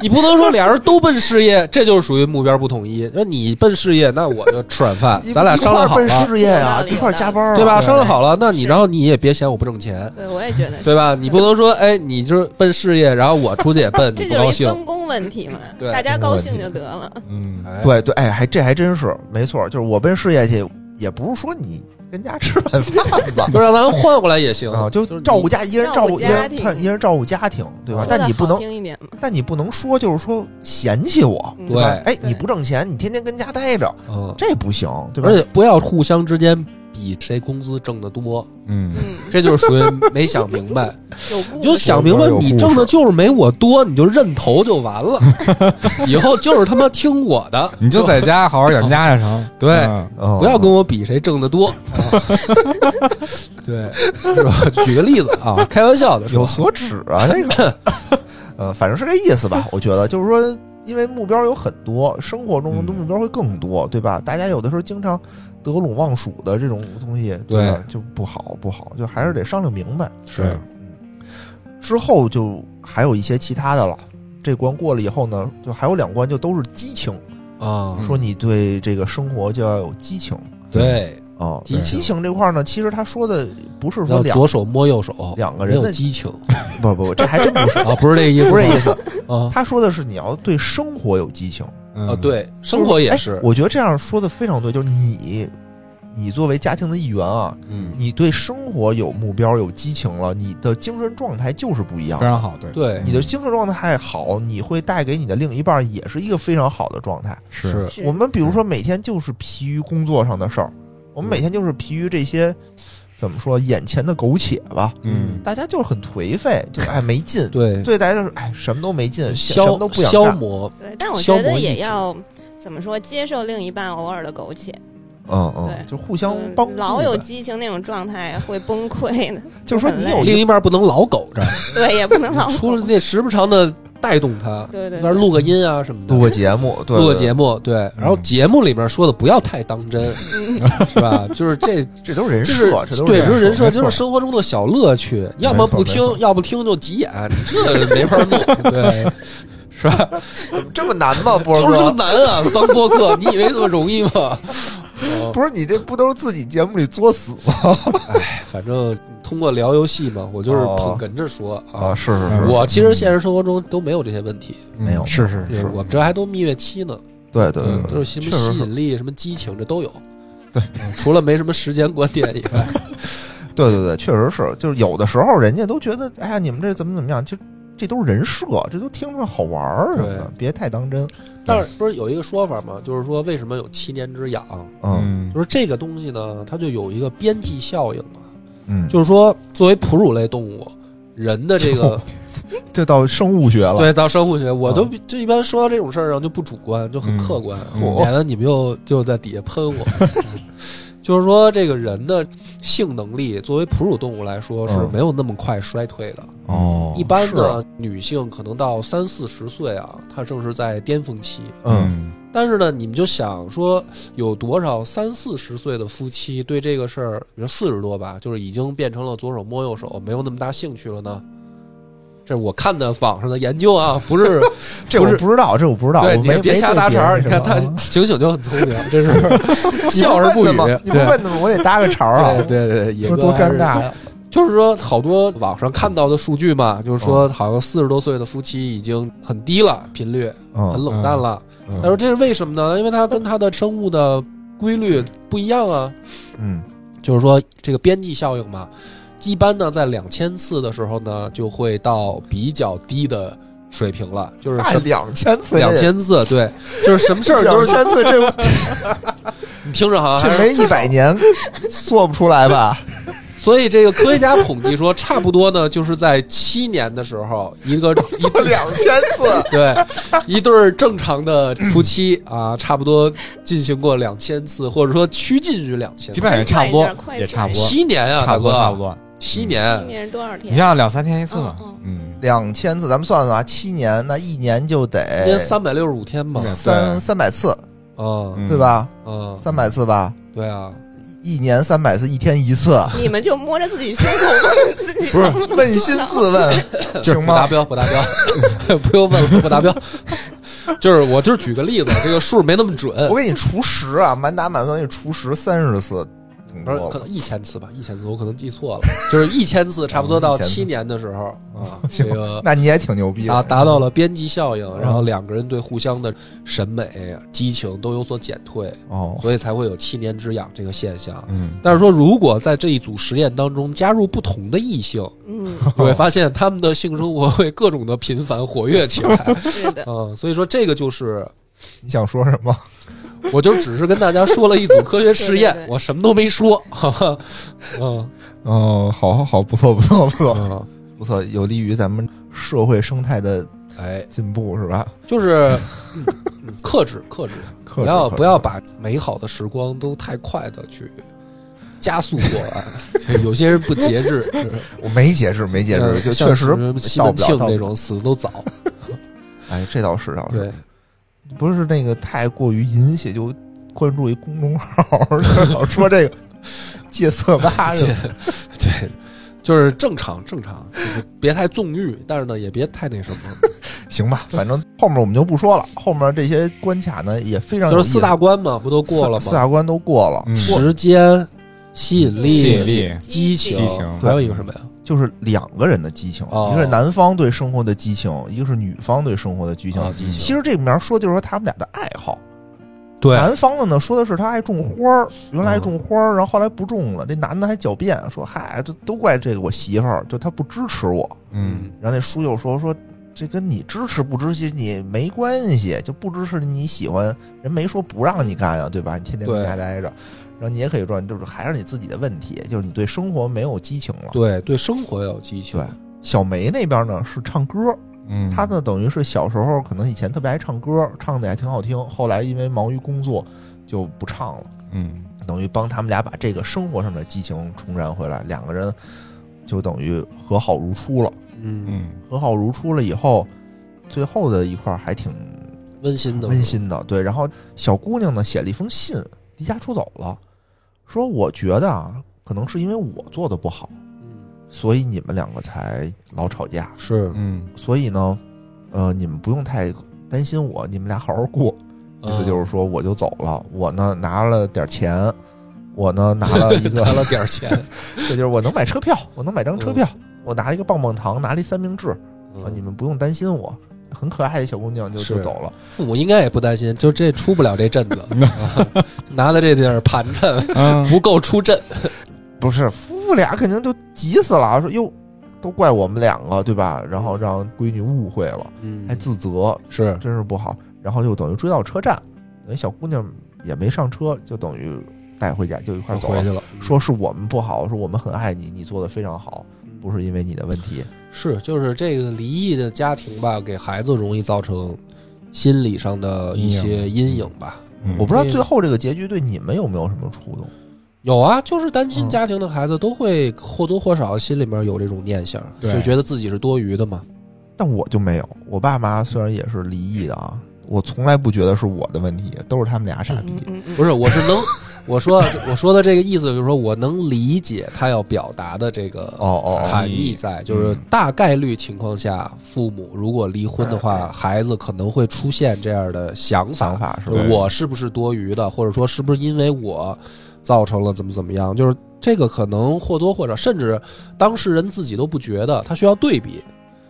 D: 你不能说俩人都奔事业，这就是属于目标不统一。那你奔事业，那我就吃软 饭
E: 一，
D: 咱俩商量好
E: 一块
D: 了，
E: 儿奔事业啊，
G: 有道理
E: 一块儿加班啊，
D: 对吧？商量好了，那
G: 是
D: 你然后你也别嫌我不挣钱，
G: 对，我也觉得，
D: 对吧？你不能说，哎，你就是奔事业，然后我出去也 奔，你
G: 这
D: 不
G: 就
D: 高
G: 是一
D: 兴。
G: 分工问题嘛，
D: 对
G: 大家高兴就得了。
F: 嗯，
D: 哎，，
E: 对对，哎，还这还真是没错，就是我奔事业去，也不是说你跟家吃软饭吧
D: 就让咱换过来也行
E: 啊，就是
D: 你
E: 照顾家，一人照顾一
G: 照顾家
E: 人
G: 庭
E: 看，一人照顾家庭，对吧
G: 说？得
E: 但你不
G: 好
E: 能，
G: 听一点嘛，
E: 但你不能说就是说嫌弃我，
G: 嗯
E: 对吧？
D: 对
E: 哎，你不挣钱，你天天跟家待着，
D: 嗯，
E: 这不行，对吧
D: 而？且不要互相之间比谁工资挣得多，
F: 嗯
G: 嗯，
D: 这就是属于没想明白。
G: 有故
D: 你就
G: 事
D: 想明白，你挣的就是没我多，你就认头就完了。以后就是他妈听我 的，
F: 你就在家好好养家也成。
D: 对
F: 嗯
E: 不
D: 不要跟我比谁挣得多。 对，是吧？ 举个例子啊，开玩笑的
E: 有
D: 说，
E: 所指啊，这个， 呃，反正是这意思吧。我觉得就是说，因为目标有很多，生活中的目标会更多，对吧？大家有的时候经常得陇望蜀的这种东西，对吧？就不好，不好，就还是得商量明白。
F: 是
E: 之后就还有一些其他的了。这关过了以后呢，就还有两关就都是激情，
D: 啊，
E: 说你对这个生活就要有激情
D: 对，
E: 啊。
D: 激情
E: 激情这块儿呢，其实他说的不是说
D: 要
E: 两
D: 左手摸右手，
E: 两个人的
D: 没有激情
E: 不不不，这还真不 是，
D: 啊，不是这个意思，
E: 不是这意思。嗯
D: 啊
E: 他说的是你要对生活有激情，
F: 哦
D: 啊，，对，生活也
E: 哎
D: 是，
E: 我觉得这样说的非常对，就是你，你作为家庭的一员啊，
F: 嗯，
E: 你对生活有目标、有激情了，你的精神状态就是不一样
F: 非。常好，对，
D: 对
E: 你的精神状态好，你会带给你的另一半也是一个非常好的状态。
D: 是，
G: 是
E: 我们比如说每天就是疲于工作上的事儿，我们每天就是疲于这些，怎么说眼前的苟且吧。
F: 嗯，
E: 大家就是很颓废，就是哎没劲
D: 对
E: 对大家就是哎什么都没劲，什么
D: 消
E: 都不想
D: 消
E: 干。
D: 磨，
G: 对，但我
D: 消
G: 觉得
D: 磨意
G: 也
D: 志
G: 要怎么说，接受另一半偶尔的苟且，
E: 嗯
G: 对
E: 嗯，就互相
G: 嗯
E: 帮助呗。
G: 老有激情那种状态会崩溃的，
E: 就是说你有
D: 另一半不能老苟着，
G: 对，也不能老
D: 出了那时不常的带动他，
G: 对对
D: 那儿录个音啊什么的，
E: 录个节目，对，
D: 录个
E: 对嗯
D: 节，目，对。然后节目里边说的不要太当 真，是吧？就是这
E: 这都是人
D: 这
E: 设
D: 是，
E: 这都
D: 对，
E: 人
D: 这是人设，
F: 没错
D: 这是生活中的小乐趣。要么不听
E: 没错，
D: 要不听就急眼，这没法 弄，对，是吧？
E: 这么难吗？波
D: 就是
E: 哥，
D: 难啊，当播客，你以为这么容易吗？哦
E: 不是你这不都是自己节目里作死吗？
D: 反正通过聊游戏嘛，我就是捧哏着说
E: 啊，
D: 啊。
E: 是是
F: 嗯
E: 是，
D: 我其实现实生活中都没有这些问题，
E: 没有
F: 是是
D: 就是
F: 是，
D: 我们这还都蜜月期呢，
E: 对对
D: 嗯
E: 对，
D: 都是什么
E: 确实
D: 吸
E: 是
D: 引力、什么激情，这都有。
E: 对
D: 嗯，除了没什么时间观念以外，
E: 对对对，确实是，就是有的时候人家都觉得，哎呀，你们这怎么怎么样，就这都是人设，这都听着好玩儿什么的，别太当真。
D: 但是不是有一个说法吗？就是说为什么有七年之痒？
E: 嗯
F: 嗯
D: 就是这个东西呢，它就有一个边际效应嘛，
E: 嗯，
D: 就是说作为哺乳类动物，人的这个
E: 这到生物学了，
D: 对到生物学，我都比这一般说到这种事儿上就不主观，就很
F: 嗯
D: 客观，
F: 嗯
D: 免得你们又就在底下喷我。就是说，这个人的性能力作为哺乳动物来说是
E: 嗯
D: 没有那么快衰退的。
E: 哦，
D: 一般
E: 是啊，
D: 呢，女性可能到三四十岁啊，她正是在巅峰期。
E: 嗯，
D: 但是呢，你们就想说，有多少三四十岁的夫妻对这个事儿，比如四十多吧，就是已经变成了左手摸右手，没有那么大兴趣了呢？这是我看的网上的研究啊，不 是，
E: 这我
D: 不是
E: 不知道，这我不知道，
D: 对，
E: 我
D: 你
E: 没啊
D: 也别瞎搭茬儿。你看他醒醒就很聪明，这 是 笑而不语。
E: 你不问的吗？我得搭个茬儿啊，
D: 对对对对，野
E: 说
D: 哥
E: 多
D: 还
E: 尴
D: 是
E: 尬呀！
D: 就是说，好多网上看到的数据嘛，就是说，
E: 嗯
D: 好像四十多岁的夫妻已经很低了，频率很
E: 嗯，
D: 冷淡了。
E: 嗯
D: 他说这是为什么呢？因为它跟它的生物的规律不一样啊，
E: 嗯
D: 就是说这个边际效应嘛。一般呢，在两千次的时候呢，就会到比较低的水平了，就是
E: 大
D: 什
E: 两千次，
D: 两千次，对，就是什么事儿都是
E: 两千次， 这
D: 你听着好像还
E: 这
D: 是。
E: 没一百 年做不出来吧？
D: 所以这个科学家统计说，差不多呢，就是在七年的时候，一个一
E: 做两千次，
D: 对，一对儿正常的夫妻啊，差不多进行过两千次，或者说趋近于两千
F: 基，本上也差不
G: 快一点
F: 多，
G: 快一
F: 也
G: 点
F: 差不多，
D: 七年啊，
F: 差不多
D: 大哥
F: 差不，多。
D: 七
G: 一
E: 嗯
D: 年，
G: 年是多少天？
F: 你像两三天一次嘛
G: 嗯，
F: 嗯，
E: 两千次，咱们算算啊，七年那一年就
D: 一年
E: 得
D: 三百六十五天嘛，
E: 三
F: 对
E: 三百次，
D: 嗯
F: 嗯
E: 对？吧？
D: 嗯，
E: 三百次吧，
D: 对啊，
E: 一年三百次，一天 一次。
G: 你们就摸着自己胸口，问自己
E: 不是
G: 能不能
E: 问心自问， 行
D: 不达
E: 吗？
D: 标，不达 标，不用问了，不达标。就是我就是举个例子，这个数没那么准，
E: 我给你除十啊，满打满算一除十三十次，挺
D: 不
E: 多
D: 是，可
E: 了。
D: 能一千次吧，一千次我可能记错了，就是一千次，差不
F: 嗯
D: 多到
E: 1000次
D: 七年的时候啊，这
E: 行
D: 个
E: 那你也挺牛逼的
D: 达达到了边际效
F: 嗯
D: 应，然后两个人对互相的审美、激情都有所减退，
E: 哦，
D: 所以才会有七年之痒这个现象。
F: 嗯，
D: 但是说，如果在这一组实验当中加入不同的异性，
G: 嗯，
E: 哦
D: 你会发现他们的性生活会各种的频繁活跃起来。
G: 是的，
D: 嗯，所以说这个就是，
E: 你想说什么？
D: 我就只是跟大家说了一组科学实 验，
G: 对对对
D: 我什么都没说。 哈哈，嗯
E: 哦，好好好，不错不错不错
D: 嗯，
E: 不错，有利于咱们社会生态的
D: 哎，
E: 进步是吧？
D: 就是嗯嗯克制克制，
E: 克制
D: 不要
E: 克制
D: 不要把美好的时光都太快的去加速过 来，就有些人不节制，是
E: 我没解释没解释，就
D: 像
E: 确实
D: 什么西
E: 到
D: 门
E: 不了
D: 庆
E: 到
D: 那
E: 不了。
D: 种死的都 早，
E: 哎，这倒是倒
D: 对
E: 是，，不是那个太过于淫邪，就关注一公众号， 老说这个戒 色吧
D: 这
E: 什么的。
D: 对。就是正常正常，就是别太纵欲，但是呢，也别太那什么。
E: 行吧，反正后面我们就不说了。后面这些关卡呢也非常
D: 就
E: 有
D: 是
E: 意思
D: 四大关嘛，不都过了
E: 四四
D: 吗？
E: 大关都过了，
F: 嗯
E: 过
D: 时间、吸引力、
F: 吸引力
D: 激情、
F: 激情
D: 还有一个什么呀？
E: 就是两个人的激情，
D: 哦
E: 一个是男方对生活的激情，一个是女方对生活的激情。
D: 啊激情
E: 其实这里面说就是说他们俩的爱好。
D: 对嗯
E: 男方的呢说的是他爱种花儿，原来爱种花儿，然后后来不种了。这男的还狡辩说：“嗨，这都怪这个我媳妇儿，就她不支持我。”
F: 嗯，
E: 然后那书又说说这跟你支持不支持你没关系，就不支持你喜欢人没说不让你干啊，对吧？你天天跟
D: 对
E: 家待着，然后你也可以赚，就是还是你自己的问题，就是你对生活没有激情了。
D: 对对，生活要有激情
E: 对。小梅那边呢是唱歌，
F: 嗯，
E: 她呢等于是小时候可能以前特别爱唱歌，唱的也挺好听，后来因为忙于工作就不唱了，
F: 嗯，
E: 等于帮他们俩把这个生活上的激情重燃回来，两个人就等于和好如初了。
D: 嗯
F: 嗯
E: 和好如初了以后，最后的一块儿还挺
D: 温馨的，
E: 温。馨的。对，然后小姑娘呢写了一封信，离家出走了，说我觉得啊，可能是因为我做的不好，
D: 嗯，
E: 所以你们两个才老吵架。
D: 是，
F: 嗯，
E: 所以呢，呃，你们不用太担心我，你们俩好好过。
D: 嗯
E: 嗯意思就是说，我就走了，我呢拿了点钱，我呢拿了一个
D: 拿嗯 了点儿钱，嗯
E: 这就是我能买车票，我能买张车票，我拿了一个棒棒糖，拿了一三明治啊，你们不用担心我。很可爱的小姑娘就是就走了，
D: 父母应该也不担心，就这出不了这阵子，啊拿的这点儿盘缠
F: 嗯
D: 不够出阵。
E: 不是夫妇俩肯定就急死了，说哟，都怪我们两个对吧？然后让闺女误会了，
D: 嗯
E: 还哎自责，
D: 是
E: 真是不好。然后就等于追到车站，等于小姑娘也没上车，就等于带回家就一块儿走
D: 回
E: 了
D: 去。了。
E: 说是我们不好，说我们很爱你，你做的非常好，不
D: 是
E: 是因为你的问题。
D: 是，就是这个离异的家庭吧，给孩子容易造成心理上的一些阴影吧。
F: 嗯
E: 我不知道
D: 对
E: 最后这个结局对你们有没有什么触动？
D: 有啊，就是单亲
E: 嗯
D: 家庭的孩子都会或多或少心里面有这种念想，
F: 对
D: 就觉得自己是多余的嘛。
E: 但我就没有。我爸妈虽然也是离异的啊，我从来不觉得是我的问题，都是他们俩傻逼
G: 嗯。嗯嗯，
D: 不是，我是能，我说我说的这个意思就是说我能理解他要表达的这个
E: 哦哦哦，
D: 含义在，就是大概率情况下，父母如果离婚的话，孩子可能会出现这样的想法
E: 想，法是吧
D: 就是
F: 对？
D: 我是不是多余的，或者说是不是因为我造成了怎么怎么样？就是这个可能或多或少，甚至当事人自己都不觉得，他需要对比。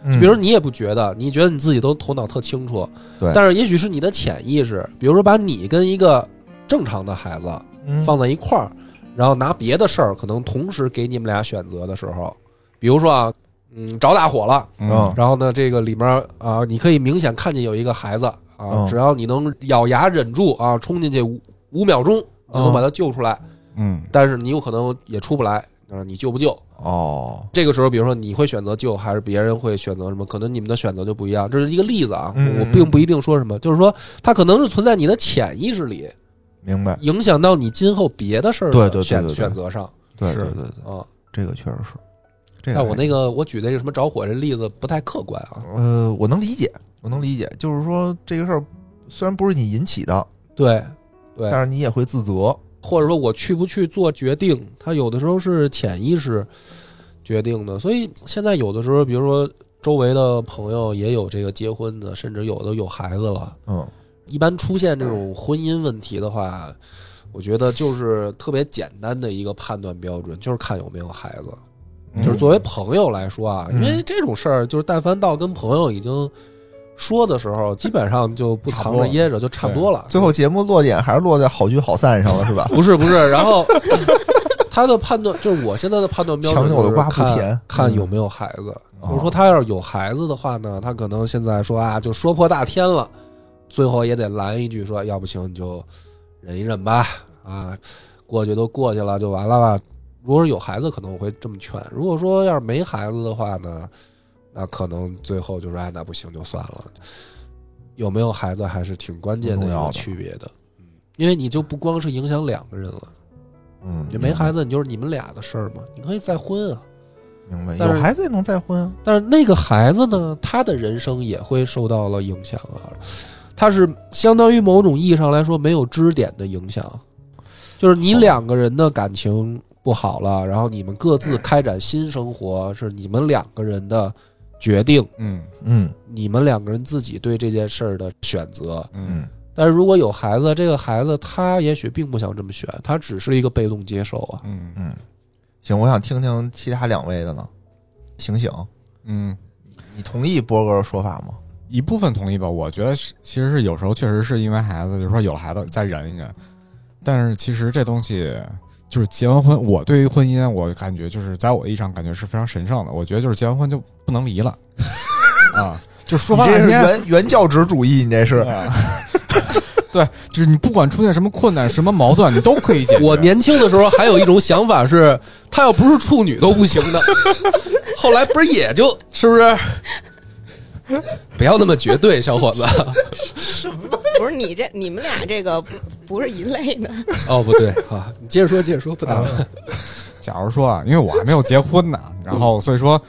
E: 嗯
D: 比如你也不觉得，你觉得你自己都头脑特清楚，
E: 对
D: 但是也许是你的潜意识，比如说把你跟一个正常的孩子
E: 嗯
D: 放在一块儿，然后拿别的事儿可能同时给你们俩选择的时候，比如说啊，嗯，找打火了，
E: 嗯
D: 然后呢，这个里面啊，你可以明显看见有一个孩子啊
E: 嗯，
D: 只要你能咬牙忍住啊，冲进去五五秒钟，你就能把他救出来，
F: 嗯
D: 但是你有可能也出不来。啊，你救不救？
E: 哦，
D: 这个时候，比如说你会选择救，还是别人会选择什么？可能你们的选择就不一样。这是一个例子啊，
E: 嗯
D: 我并不一定说什么，就是说它可能是存在你的潜意识里，
E: 明白。
D: 影响到你今后别的事儿的
E: 对对对
D: 选
E: 对对
D: 选择上
E: 对
F: 是
E: 对对对，
D: 啊。
E: 这个确实是。这个
D: 但我
E: 还
D: 那个我举的这个什么着火这例子不太客观啊。
E: 呃，我能理解，我能理解，就是说这个事儿虽然不是你引起的，
D: 对，对
E: 但，是你也会自责。
D: 或者说我去不去做决定，它有的时候是潜意识决定的。所以现在有的时候，比如说周围的朋友也有这个结婚的，甚至有的有孩子了。
E: 嗯，
D: 一般出现这种婚姻问题的话，我觉得就是特别简单的一个判断标准，就是看有没有孩子。嗯就是作为朋友来说啊，因
E: 嗯
D: 为这种事儿，就是但凡到跟朋友已经说的时候，基本上就不藏着掖着，就差不多了。
E: 最后节目落点还是落在好聚好散上了，是吧？
D: 不是不是，然后他的判断就是我现在的判断 标准
E: 强扭的
D: 就是
E: 瓜不
D: 看
E: 甜
D: 看有没有孩子。
E: 嗯
D: 就是说他要是有孩子的话呢，他可能现在说啊，就说破大天了，最后也得拦一句说，要不行你就忍一忍吧，啊，过去都过去了就完了吧。如果是有孩子，可能我会这么劝；如果说要是没孩子的话呢，那可能最后就是哎，那不行就算了。有没有孩子还是挺关键的一
E: 挺重要
D: 个
E: 的
D: 区别的，嗯因为你就不光是影响两个人了，
E: 嗯，
D: 你没孩子，你就是你们俩的事儿嘛，你可以再婚啊。
E: 明白，
D: 但是
E: 有孩子也能再婚啊。
D: 但是那个孩子呢，他的人生也会受到了影响啊，他是相当于某种意义上来说没有支点的影响，就是你两个人的感情不好了，然后你们各自开展新生活，是你们两个人的决定，
F: 嗯
E: 嗯
D: 你们两个人自己对这件事儿的选择。
F: 嗯
E: 嗯，
D: 但是如果有孩子，这个孩子他也许并不想这么选，他只是一个被动接受啊。
F: 嗯
E: 嗯，行，我想听听其他两位的呢。醒醒，
F: 嗯，
E: 你同意波哥的说法吗？
F: 一部分同意吧。我觉得是，其实是有时候确实是因为孩子，就是说有了孩子再忍一忍。但是其实这东西就是结完婚，我对于婚姻，我感觉就是在我的意义上感觉是非常神圣的。我觉得就是结完婚就不 能离了啊，就说话
E: 你这
F: 半
E: 是
F: 天
E: 原原教旨主义，你这是
D: 啊
F: 对，就是你不管出现什么困难、什么矛盾，你都可以解决。
D: 我年轻的时候还有一种想法是，他要不是处女都不行 的。后来不是也就是不是？不要那么绝对，小伙子。
G: 不是你这你们俩这个不不是一类的，
D: 哦，不对啊，你接着说，接着说，不打断。
F: 假如说啊，因为我还没有结婚呢，然后所以说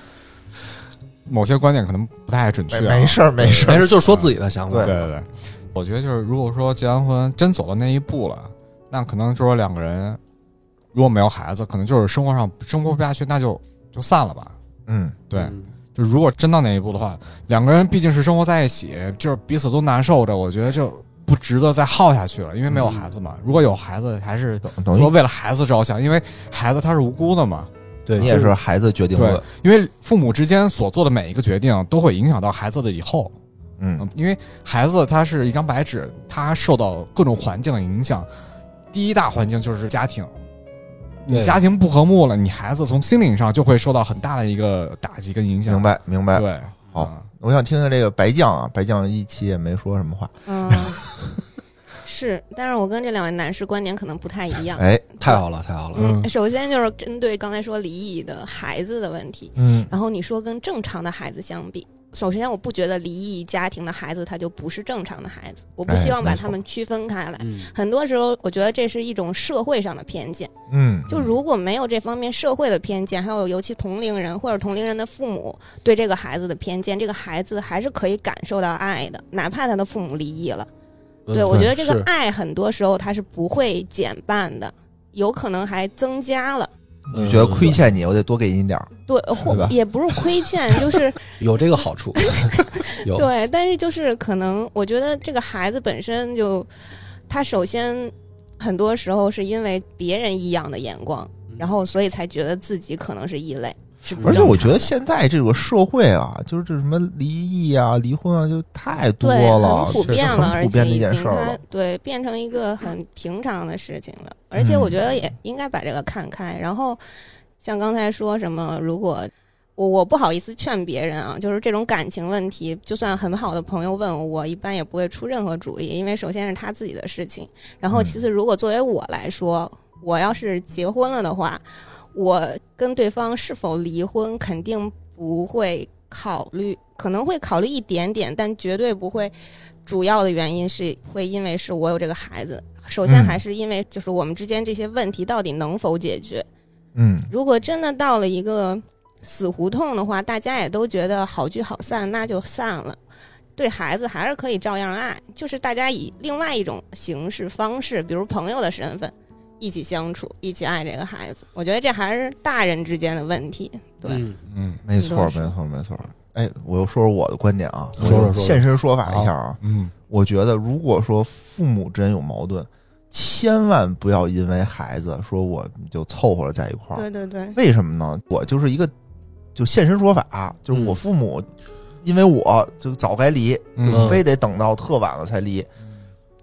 F: 某些观点可能不太准确、
E: 没
F: 啊
E: 没事儿没事儿，
D: 没事，就说自己的想法
F: 对。对对，我觉得就是如果说结完婚真走到那一步了，那可能就是两个人如果没有孩子，可能就是生活上生活不下去，那就就散了吧。
E: 嗯，
F: 对，
D: 嗯
F: 就如果真到那一步的话，两个人毕竟是生活在一起，就是彼此都难受着，我觉得就不值得再耗下去了，因为没有孩子嘛。如果有孩子，还是
E: 等等
F: 说
E: 于
F: 为了孩子着想，因为孩子他是无辜的嘛。
D: 对，
E: 你也是孩子决定
F: 对
E: 论，，
F: 因为父母之间所做的每一个决定都会影响到孩子的以后。
E: 嗯
F: 嗯，因为孩子他是一张白纸，他受到各种环境的影响。第一大环境就是家庭，你
D: 对
F: 家庭不和睦了，你孩子从心灵上就会受到很大的一个打击跟影响。
E: 明？白明白。
F: 对，
E: 好
F: 嗯
E: 我想听听这个白酱啊，白酱一期也没说什么话，
G: 嗯， 是，但是我跟这两位男士观点可能不太一样。嗯
E: 哎，
D: 太好了，太好了。
F: 嗯
G: 首先就是针对刚才说离异的孩子的问题，
E: 嗯
G: 然后你说跟正常的孩子相比，首先我不觉得离异家庭的孩子他就不是正常的孩子，我不
E: 哎
G: 希望把
E: 没错
G: 他们区分开来。
D: 嗯，
G: 很多时候，我觉得这是一种社会上的偏见。
E: 嗯，
G: 就如果没有这方面社会的偏见，还有尤其同龄人或者同龄人的父母对这个孩子的偏见，这个孩子还是可以感受到爱的，哪怕他的父母离异了。对，我觉得这个
D: 嗯是
G: 爱很多时候它是不会减半的，有可能还增加了。
D: 嗯
E: 觉得亏欠你，我得多给你点儿，
G: 对，
E: 对
G: 或
E: 吧
G: 也不是亏欠，就是
D: 有这个好处，有
G: 对，但是就是可能，我觉得这个孩子本身就，他首先很多时候是因为别人异样的眼光，然后所以才觉得自己可能是异类，是不
E: 而且
G: 正
E: 我
G: 常
E: 觉得
G: 的
E: 现在这个社会啊，就是这什么离异啊、离婚啊，就太多
G: 对，
E: 了，
G: 很普
E: 确实
G: 遍了，
E: 很
G: 而
E: 普遍
G: 且
E: 的一
G: 已
E: 件
G: 经
E: 事儿
G: 它
E: 了。
G: 对变成一个很平常的事情了。而
E: 嗯
G: 且我觉得也应该把这个看开。然后像刚才说什么，如果我我不好意思劝别人啊，就是这种感情问题，就算很好的朋友问我，我一般也不会出任何主意，因为首先是他自己的事情，然后
E: 嗯
G: 其次如果作为我来说，我要是结婚了的话，我跟对方是否离婚肯定不会考虑，可能会考虑一点点，但绝对不会。主要的原因是会因为是我有这个孩子，首先
E: 嗯
G: 还是因为就是我们之间这些问题到底能否解决。
E: 嗯，
G: 如果真的到了一个死胡同的话，大家也都觉得好聚好散，那就散了。对孩子还是可以照样爱，就是大家以另外一种形式方式，比如朋友的身份，一起相处，一起爱这个孩子。我觉得这还是大人之间的问题。对，
D: 嗯
F: 嗯
E: 没错，
G: 很多事儿
E: 没错，没错。哎，我又说说我的观点啊，
D: 说说
E: 我
D: 说说
E: 现身说法一下啊。
F: 嗯，
E: 我觉得，如果说父母之间有矛盾，千万不要因为孩子说我就凑合着在一块儿。
G: 对对对，
E: 为什么呢？我就是一个就现身说法，就是
D: 嗯
E: 我父母因为我就早该离，
F: 嗯
E: 就非得等到特晚了才离。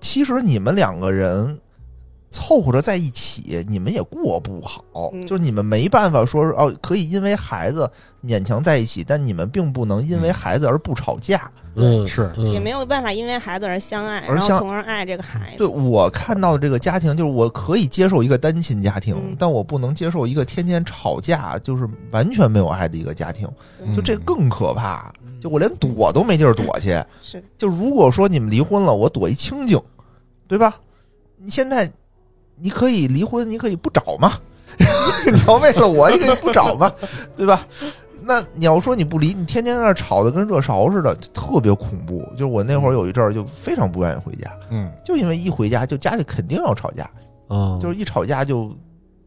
E: 其实你们两个人凑合着在一起，你们也过不好，
G: 嗯
E: 就是你们没办法说是哦，可以因为孩子勉强在一起，但你们并不能因为孩子而不吵架。
D: 嗯
F: 是
G: 也没有办法因为孩子而相爱，
E: 而
G: 然后
E: 相
G: 从而爱这个孩子。
E: 对我看到的这个家庭，就是我可以接受一个单亲家庭，
G: 嗯
E: 但我不能接受一个天天吵架，就是完全没有爱的一个家庭，嗯就
F: 嗯
E: 这更可怕。就我连躲都没地儿躲去。
G: 是，
E: 就如果说你们离婚了，我躲一清静，对吧？你现在你可以离婚，你可以不找嘛， 你要为了我，你可以不找嘛，对吧？那你要说你不离，你天天在那儿吵得跟热勺似的，特别恐怖。就是我那会儿有一阵儿就非常不愿意回家，
F: 嗯
E: 就因为一回家就家里肯定要吵架，
D: 嗯，
E: 就是一吵架就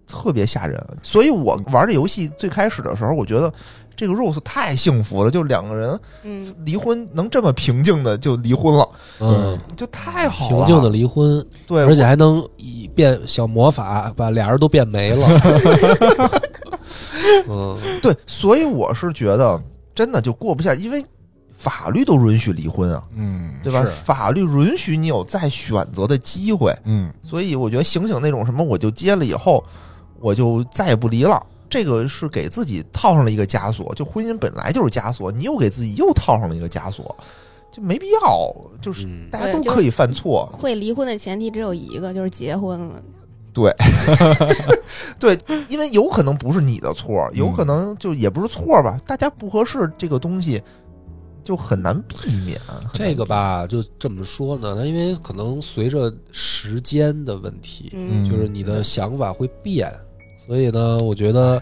E: 特别吓人。所以我
D: 嗯
E: 玩这游戏最开始的时候，我觉得这个 Rose 太幸福了，就两个人
G: 嗯，
E: 离婚能这么平静的就离婚了，
D: 嗯
E: 就太好了。啊
D: 平静的离婚，
E: 对，
D: 而且还能以变小魔法把俩人都变没了。 嗯，
E: 对，所以我是觉得真的就过不下，因为法律都允许离婚啊，
F: 嗯，
E: 对吧？
F: 是
E: 法律允许你有再选择的机会，
F: 嗯
E: 所以我觉得醒醒那种什么，我就结了以后，我就再也不离了。这个是给自己套上了一个枷锁，就婚姻本来就是枷锁，你又给自己又套上了一个枷锁，就没必要。就是
D: 嗯
E: 大家都
G: 对就
E: 可以犯 错，
G: 会离婚的前提只有一个，就是结婚了。
E: 对，因为有可能不是你的错，有
D: 嗯
E: 可能就也不是错吧，大家不合适这个东西就很难避免。
D: 这个吧，就这么说呢，那因为可能随着时间的问题，
G: 嗯
D: 就是你的想法会变，所以呢，我觉得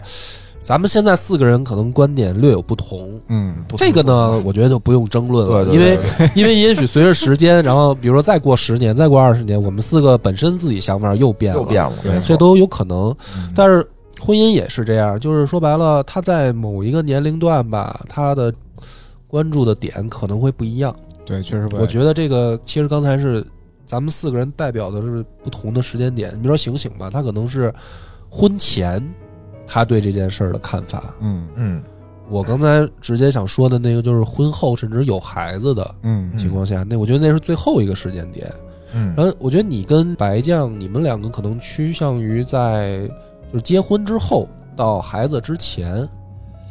D: 咱们现在四个人可能观点略有不同，
F: 嗯，
E: 不
D: 这个呢，我觉得就不用争论了，
E: 对对
D: 因
E: 对
D: 为
E: 对
D: 因 为也许随着时间，然后比如说再过十年，再过二十年，我们四个本身自己想法又变了，
E: 又变了，
F: 对
E: 没错
D: 这都有可能。
F: 嗯
D: 但是婚姻也是这样，就是说白了，他在某一个年龄段吧，他的关注的点可能会不一样。
F: 对，确实不太
D: 我觉得这个其实刚才是咱们四个人代表的是不同的时间点。你比如说醒醒吧，他可能是婚前他对这件事儿的看法。
F: 嗯
E: 嗯
D: 我刚才直接想说的那个就是婚后甚至有孩子的
F: 嗯
D: 情况下，那我觉得那是最后一个时间点。
E: 嗯
D: 然后我觉得你跟白酱，你们两个可能趋向于在就是结婚之后到孩子之前，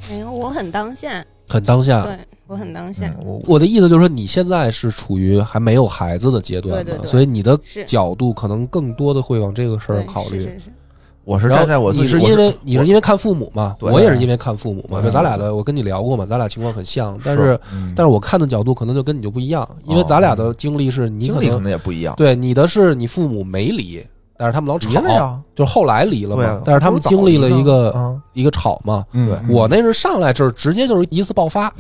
G: 没有，我很当下，
D: 很当下。
G: 对我很当下，
E: 啊嗯，我
D: 我的意思就是说，你现在是处于还没有孩子的阶段嘛，
G: 对对对
D: 所以你的
G: 是
D: 角度可能更多的会往这个事儿
G: 对，
D: 考虑。
G: 是是是，
E: 我是
D: 然后
E: 站在我自己，
D: 你是
E: 我
D: 因为你是因为看父母嘛，
E: 对
D: 我也是因为看父母嘛，
E: 嗯
D: 就咱俩的，我跟你聊过嘛，咱俩情况很像，但
E: 是哦
D: 是
F: 嗯，
D: 但是我看的角度可能就跟你就不一样，因为咱俩的经历是你
E: 经
D: 可
E: 历可
D: 能
E: 能也不一样，
D: 对你的是你父母没离，但是他们老吵
E: 啊离，了呀，
D: 就是后来离了
E: 对
D: 嘛
E: 啊，，
D: 但是他们
E: 不早
D: 经历了
E: 离
D: 一
E: 的
D: 个
E: 嗯
D: 一个吵嘛，
F: 嗯
E: 对
D: 我那是上来就是直接就是一次爆 发，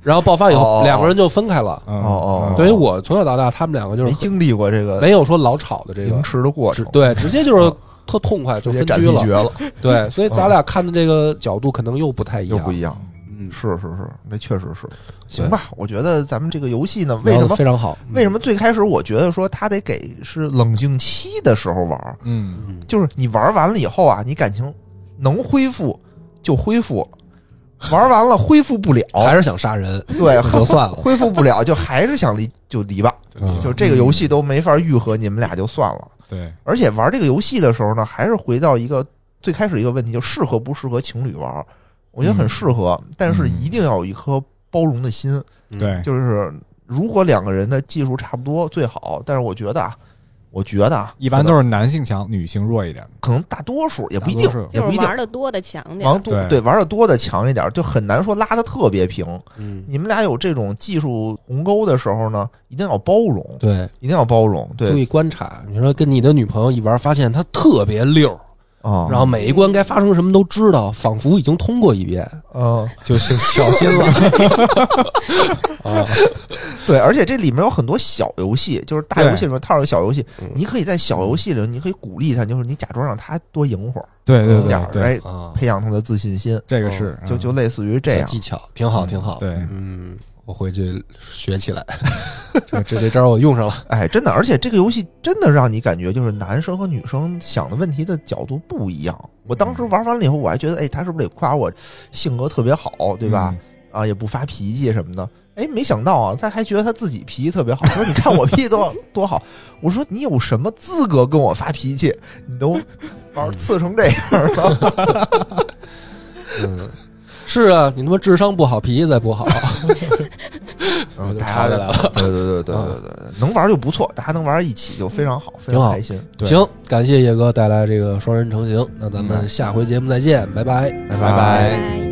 D: 然后爆发以后
E: 哦
D: 两个人就分开了。
F: 嗯
E: 哦哦
D: 所以我从小到大，他们两个就
E: 没
D: 是
E: 经历过这个
D: 没有说老吵的这
E: 凌
D: 个，
E: 迟的过
D: 只
E: 程，哦
D: 对，直接就是特痛快就
E: 直接
D: 分
E: 斩
D: 居
E: 立
D: 了哎
E: 决。了，
D: 对，所以咱俩看的这个角度可能又不太一
E: 又
D: 样。
E: 不一样，
D: 嗯，
E: 是是是，那确实是，行吧，我觉得咱们这个游戏呢，为
D: 聊
E: 什
D: 得
E: 么
D: 非常好？
E: 为什么最开始我觉得说他得给是冷静期的时候玩儿，
F: 嗯
D: 嗯？
E: 就是你玩完了以后啊，你感情能恢复就恢复，玩完了恢复不了，
D: 嗯，还是想杀人，
E: 对，
D: 也 就 算了。
E: 恢复不了就还是想离就离吧，
D: 嗯
E: 就这个游戏都没法愈合，你们俩就算了。
F: 对，
E: 而且玩这个游戏的时候呢，还是回到一个最开始一个问题，就适合不适合情侣玩儿。我觉得很适合，
F: 嗯
E: 但是一定要有一颗包容的心，
F: 对，
E: 嗯就是如果两个人的技术差不多最好。但是我觉得啊，我觉得啊，
F: 一般
E: 可能
F: 都是男性强，女性弱一点。
E: 可能大多数也不一定
F: 大多，数
E: 也
G: 就
E: 不一
G: 是
E: 定
G: 玩的多的强点
E: 玩
G: 儿，
E: 多对
F: 对
E: 玩的多的强一点，就很难说拉的特别平。
D: 嗯，
E: 你们俩有这种技术鸿沟的时候呢，一定要包容，
D: 对，
E: 一定要包容，
D: 注
E: 对
D: 意观察。你说跟你的女朋友一玩，发现她特别溜儿，
E: 啊，
D: 然后每一关该发生什么都知道，仿佛已经通过一遍，
E: 嗯，
D: 就小心了。啊，
E: 对，而且这里面有很多小游戏，就是大
F: 对
E: 游戏里面套着小游戏
D: 嗯，
E: 你可以在小游戏里，你可以鼓励他，就是你假装让他多赢会儿，
F: 对对
E: 赢点
F: 对
E: 儿，
F: 对，
E: 哎，
F: 嗯
D: 啊，
E: 培养他的自信心，
F: 这个是
E: 就就类似于这
D: 小
E: 样
D: 技。巧挺好，哦挺好。
F: 对，
D: 嗯，我回去学起来，这这这招我用上了。
E: 哎，真的，而且这个游戏真的让你感觉就是男生和女生想的问题的角度不一样。我当时玩完了以后，我还觉得，哎，他是不是得夸我性格特别好，对吧？？啊，也不发脾气什么的。哎，没想到啊，他还觉得他自己脾气特别好，说你看我脾气多多好。我说你有什么资格跟我发脾气？你都玩刺成这样了，
D: 嗯，是啊，你他妈智商不好，脾气再不好，
E: 然
D: 我
E: 后
D: 嗯就
E: 大
D: 查
E: 家
D: 起来了。嗯
E: 对对对对对对对，能玩就不错，大家能玩一起就非常好，非
D: 挺
E: 常
D: 好
E: 开心。
F: 对
D: 行，感谢野哥带来这个双人成行，那咱们下回节目再见，拜拜。
E: 拜
F: 拜拜
G: 拜。